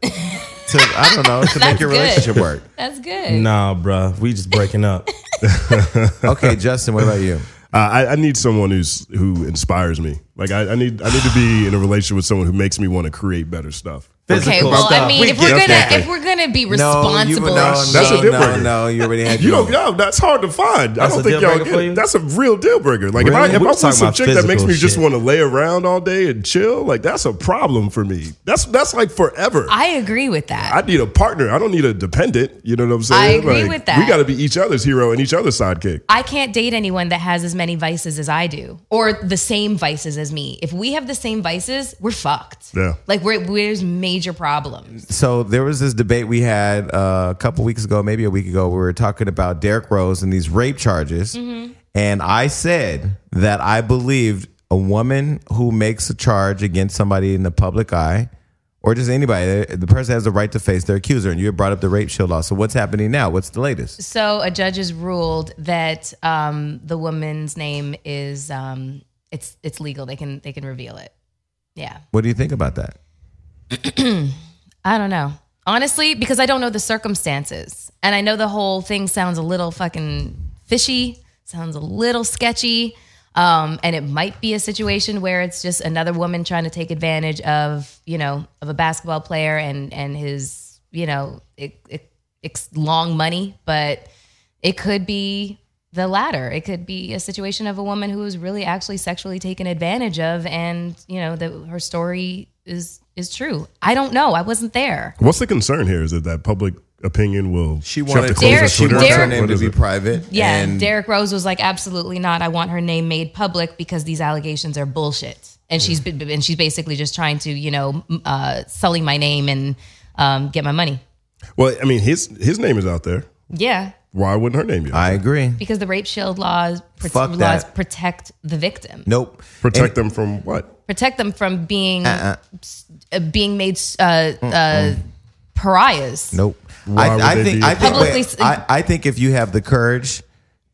S1: to I don't know to make your
S2: good.
S1: relationship work?
S2: That's good.
S3: nah, bruh. We just breaking up.
S1: Okay, Justin, what about you?
S4: Uh, I, I need someone who's who inspires me. Like I, I need I need to be in a relationship with someone who makes me want to create better stuff.
S2: Okay,
S3: Physical
S2: well, I
S3: stuff.
S2: mean,
S3: We
S2: if we're gonna
S4: get that.
S2: if we're gonna be
S1: No, you
S2: responsible,
S1: no,
S2: and
S1: no,
S2: shit,
S4: That's a deal
S1: no,
S4: breaker.
S1: no, you already had
S4: You
S1: your
S4: don't,
S1: own.
S4: y'all, that's hard to find. I
S3: That's
S4: don't
S3: a
S4: think
S3: deal
S4: y'all
S3: breaker
S4: get
S3: for
S4: it.
S3: you?
S4: That's a real deal breaker. Like
S3: Really?
S4: if I, if
S3: We
S4: I
S3: were
S4: want
S3: talking
S4: some
S3: about
S4: chick that makes
S3: physical
S4: me just
S3: shit.
S4: want to lay around all day and chill, like that's a problem for me. That's that's like forever. I,
S2: I agree with that.
S4: need a partner. I don't need a dependent. You know what I'm saying?
S2: I agree
S4: Like,
S2: with that.
S4: We got to be each other's hero and each other's sidekick.
S2: I can't date anyone that has as many vices as I do or the same vices as me. If we have the same vices, we're fucked.
S4: Yeah.
S2: Like, we're, we're- there's major problems.
S1: So there was this debate we had uh, a couple weeks ago, maybe a week ago. We were talking about Derrick Rose and these rape charges,
S4: Mm-hmm.
S1: and I said that I believed a woman who makes a charge against somebody in the public eye, or just anybody, eh, the person has the right to face their accuser. And you had brought up the rape shield law. So what's happening now? What's the latest?
S2: So, a judge has ruled that um, the woman's name is um, it's it's legal. They can they can reveal it. Yeah,
S1: What do you think about that?
S2: I don't know honestly because I don't know the circumstances, and I know the whole thing sounds a little fucking fishy. Sounds a little sketchy. Um, and it might be a situation where it's just another woman trying to take advantage of you know of a basketball player and and his you know it, it, it's long money, but it could be the latter. It could be a situation of a woman who is really actually sexually taken advantage of, and you know that her story is is true. I don't know. I wasn't there.
S4: What's the concern here? Is that that public opinion will
S1: She
S4: you have
S1: wanted
S4: to close
S2: Derek-
S4: her
S1: she
S4: Twitter
S1: wants her
S4: account?
S1: name
S4: What
S1: to
S4: is
S1: be
S4: it?
S1: private.
S2: Yeah, and
S1: and
S2: Derek Rose was like, "Absolutely not. I want her name made public because these allegations are bullshit." And she's been, and she's basically just trying to, you know, m- uh, sully my name and um, get my money.
S4: Well, I mean, his his name is out there.
S2: Yeah,
S4: Why wouldn't her name be? out
S1: I agree.
S2: because the rape shield laws, prote-
S1: Fuck
S2: laws
S1: that.
S2: protect the victim,
S1: Nope.
S4: there? Protect them from what?
S2: protect them from being
S1: Uh-uh.
S2: s- uh, being made uh, uh, pariahs.
S1: Nope.
S4: Why
S1: I,
S4: would
S1: I
S4: they
S1: think
S4: be
S1: I think
S2: Publicly-
S1: wait, I, I think if you have the courage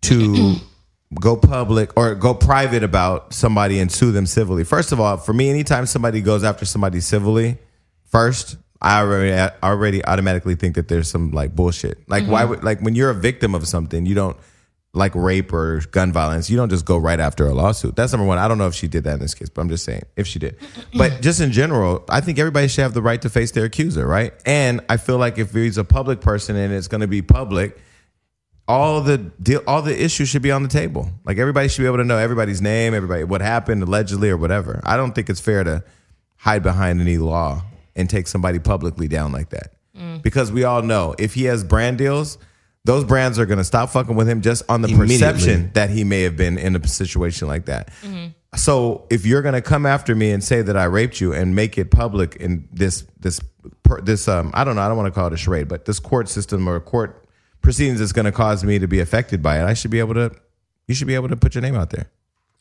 S1: to go public or go private about somebody and sue them civilly. First of all, for me, anytime somebody goes after somebody civilly, first I already I already automatically think that there's some like bullshit. Like why would like when you're a victim of something, you don't like rape or gun violence, you don't just go right after a lawsuit. That's number one. I don't know if she did that in this case, but I'm just saying if she did. But just in general, I think everybody should have the right to face their accuser, right? And I feel like if he's a public person and it's going to be public, all the deal, all the issues should be on the table. Like everybody should be able to know everybody's name, everybody what happened allegedly or whatever. I don't think it's fair to hide behind any law and take somebody publicly down like that. Because we all know if he has brand deals, those brands are going to stop fucking with him just on the
S3: Immediately.
S1: perception that he may have been in a situation like that. So if you're going to come after me and say that I raped you and make it public in this this per- this um I don't know I don't want to call it a charade but this court system or court proceedings is going to cause me to be affected by it I should be able to you should be able to put your name out there.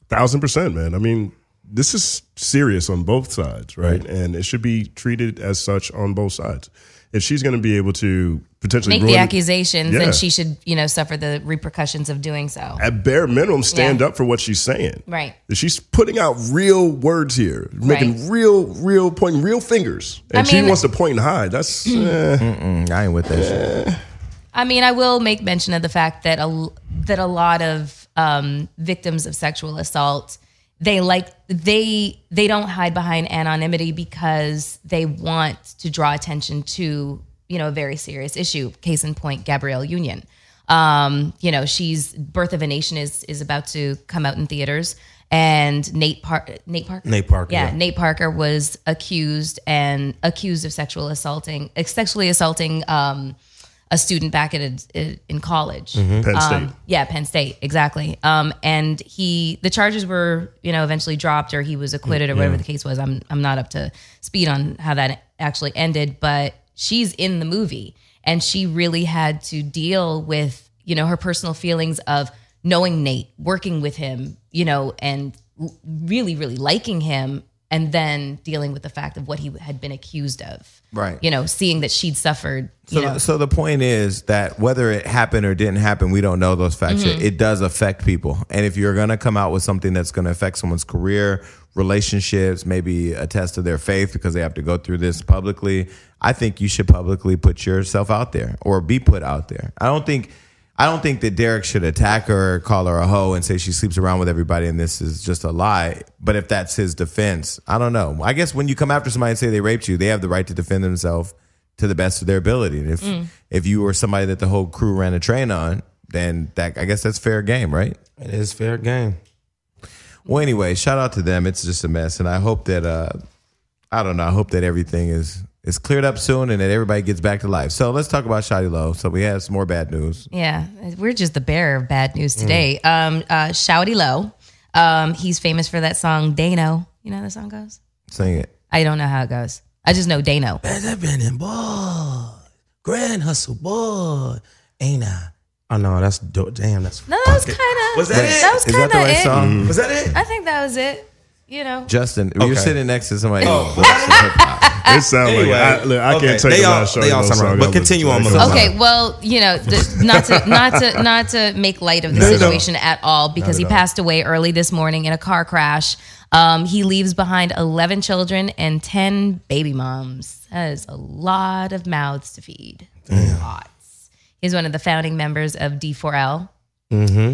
S4: thousand percent, man. I mean, this is serious on both sides, right? And it should be treated as such on both sides. If she's going to be able to potentially
S2: Make the
S4: ruin-
S2: accusations,
S4: Yeah.
S2: then she should, you know, suffer the repercussions of doing so.
S4: at bare minimum, stand
S2: Yeah.
S4: up for what she's saying.
S2: Right.
S4: She's putting out real words here, making
S2: Right.
S4: real, real pointing real fingers, and
S2: I
S4: she
S2: mean- Hmm.
S4: wants to point and hide. That's eh.
S1: Mm, I ain't with that shit.
S2: I mean, I will make mention of the fact that a that a lot of um, victims of sexual assault they like they they don't hide behind anonymity because they want to draw attention to you know a very serious issue. Case in point, Gabrielle Union. Um, you know, she's Birth of a Nation is is about to come out in theaters, and Nate Par- Nate Parker
S3: Nate Parker,
S2: yeah,
S3: yeah.
S2: Nate Parker was accused and accused of sexual assaulting, sexually assaulting um, a student back at a, in college.
S4: Mm-hmm.
S2: Um,
S4: Penn State.
S2: Yeah, Penn State, exactly. Um, and he, the charges were, you know, eventually dropped or he was
S4: Mm,
S2: acquitted or whatever the case was. I'm, I'm not up to speed on how that actually ended, but she's in the movie and she really had to deal with, you know, her personal feelings of knowing Nate, working with him, you know, and really, really liking him. And then dealing with the fact of what he had been accused of,
S1: Right.
S2: You know, seeing that she'd suffered,
S1: So,
S2: you know,
S1: so the point is that whether it happened or didn't happen, we don't know those facts. yet. It does affect people, and if you're gonna come out with something that's gonna affect someone's career, relationships, maybe a test of their faith because they have to go through this publicly, I think you should publicly put yourself out there or be put out there. I don't think. I don't think that Derek should attack her, call her a hoe, and say she sleeps around with everybody and this is just a lie. But if that's his defense, I don't know. I guess when you come after somebody and say they raped you, they have the right to defend themselves to the best of their ability. And if
S2: Mm.
S1: if you were somebody that the whole crew ran a train on, then that I guess that's fair game, right?
S3: It is fair game.
S1: Well, anyway, shout out to them. It's just a mess, and I hope that uh, I don't know. I hope that everything is is cleared up soon and that everybody gets back to life. So let's talk about Shotty Low. So we have some more bad news.
S2: Yeah, we're just the bearer of bad news today. Um, uh, Shouty Low, um, he's famous for that song Dano. You know how the song goes?
S1: Sing it.
S2: I don't know how it goes. I just know Dano.
S3: boy, grand hustle boy, ain't I? Oh no, that's dope. Damn, that's
S2: No, that was kind of.
S3: Was that it?
S2: That was
S1: Is
S2: kind
S1: that
S2: of
S1: the right
S2: it.
S1: song?
S3: was that it?
S2: I think that was it. You know.
S1: Justin, you're
S3: Mm-hmm. Okay.
S1: sitting next to somebody. who works in hip-hop.
S4: It sounds like I, look, I
S3: okay,
S4: can't take
S3: they
S4: the
S3: all-
S4: last shot.
S3: they all sound right, but continue on, Melissa.
S2: Okay, well, you know, th- not to not to not to make light of the
S4: Not at all.
S2: situation at all because he
S4: at all.
S2: passed away early this morning in a car crash. Um, he leaves behind 11 children and 10 baby moms. That is a lot of mouths to feed. Lots. He's one of the founding members of D4L.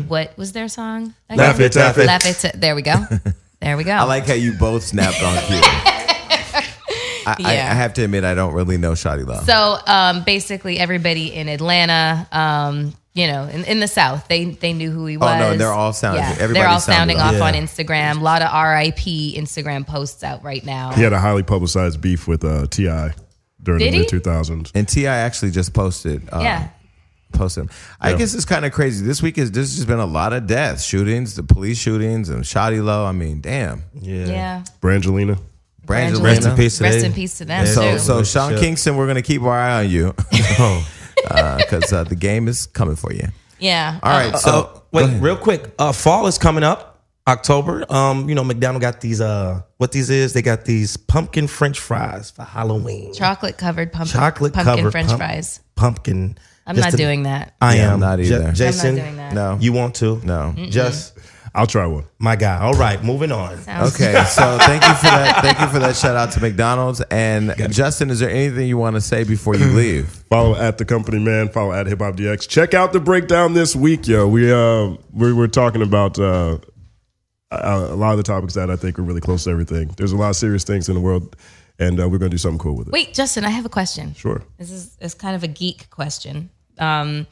S2: What was their song?
S3: Mm-hmm. Laugh it, laugh it.
S2: Laugh it. There we go. There we go.
S1: I like how you both snapped on cue. I, I, I
S2: Yeah.
S1: have to admit, I don't really know Shotty Low.
S2: So um, basically, everybody in Atlanta, um, you know, in, in the South, they they knew who he was.
S1: Oh, no, they're all sounding- everybody
S2: they're all
S1: sounded
S2: sounding
S1: off.
S2: off
S3: Yeah.
S2: on Instagram. A lot of RIP Instagram posts out right now.
S4: He had a highly publicized beef with uh, Ti during
S2: Did he?
S4: the mid 2000s.
S1: And Ti actually just posted. Um,
S2: Yeah.
S1: Posted. them. I guess it's kind of crazy. This week is there's just been a lot of deaths, shootings, the police shootings, and Shotty Low. I mean, damn.
S3: Yeah.
S2: yeah.
S4: Brangelina.
S1: Brangelina.
S2: Rest in
S3: peace to
S2: Rest
S3: they-
S2: in peace to them.
S3: Yeah,
S1: So,
S2: too.
S1: so Sean
S3: Relationship.
S1: Kingston, we're gonna keep our eye on you
S3: Oh.
S1: because uh, the game is coming for you.
S2: yeah.
S1: All right, so
S3: Uh, wait, real quick. Uh, fall is coming up, October. Um, you know, McDonald got these. Uh, what these is? They got these pumpkin French fries for Halloween.
S2: chocolate covered pumpkin,
S3: Chocolate
S2: pumpkin
S3: covered
S2: French
S3: pump-
S2: fries.
S3: Pumpkin.
S2: I'm
S3: Just
S2: not
S3: to-
S2: doing that.
S3: I
S1: Yeah,
S3: am
S1: I'm not
S3: Je-
S1: either. I'm not
S3: Jason,
S2: doing that.
S1: no,
S3: you want to?
S1: no.
S3: Just
S4: I'll try one.
S3: my guy. All right, moving on.
S2: Sounds-
S1: Okay, so thank you for that. Thank you for that shout out to McDonald's and Justin. Is there anything you want to say before
S3: Mm-hmm.
S1: you leave?
S4: Follow at the company man. Follow at hip hop dx. Check out the breakdown this week, yo. We uh we were talking about uh, a, a lot of the topics that I think are really close to everything. There's a lot of serious things in the world, and uh, we're gonna do something cool with it.
S2: Wait, Justin, I have a question.
S4: Sure.
S2: This is it's kind of a geek question. Um,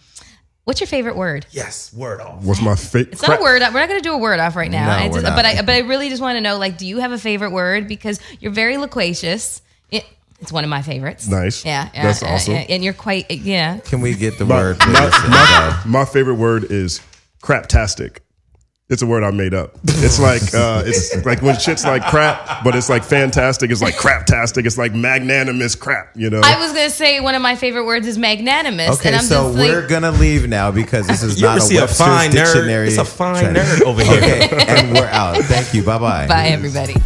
S2: what's your favorite word?
S3: Yes, word off.
S4: What's my favorite?
S2: It's not a word. We're not going to do a word off right now.
S1: No,
S2: I
S1: we're
S2: just,
S1: not.
S2: But I but I really just want to know like, do you have a favorite word? Because you're very loquacious. It- It's one of my favorites.
S4: Nice.
S2: Yeah. yeah,
S4: That's
S2: yeah,
S4: awesome.
S2: yeah. And you're quite, yeah.
S1: Can we get the
S4: My-
S1: word? uh,
S4: my,
S1: please?
S4: my- my favorite word is craptastic. It's a word I made up. It's like uh, it's like when shit's like crap, but it's like fantastic. It's like craptastic. It's like magnanimous crap. You know.
S2: I was going to say one of my favorite words is magnanimous.
S1: Okay,
S2: and I'm
S1: so
S2: just
S1: we're
S2: like,
S1: gonna leave now because this is
S3: You
S1: not
S3: ever
S1: a
S3: see a
S1: Webster's
S3: fine nerd?
S1: dictionary.
S3: It's a fine
S1: Chinese.
S3: nerd over here.
S1: Okay, and we're out. Thank you. Bye bye.
S2: bye, everybody.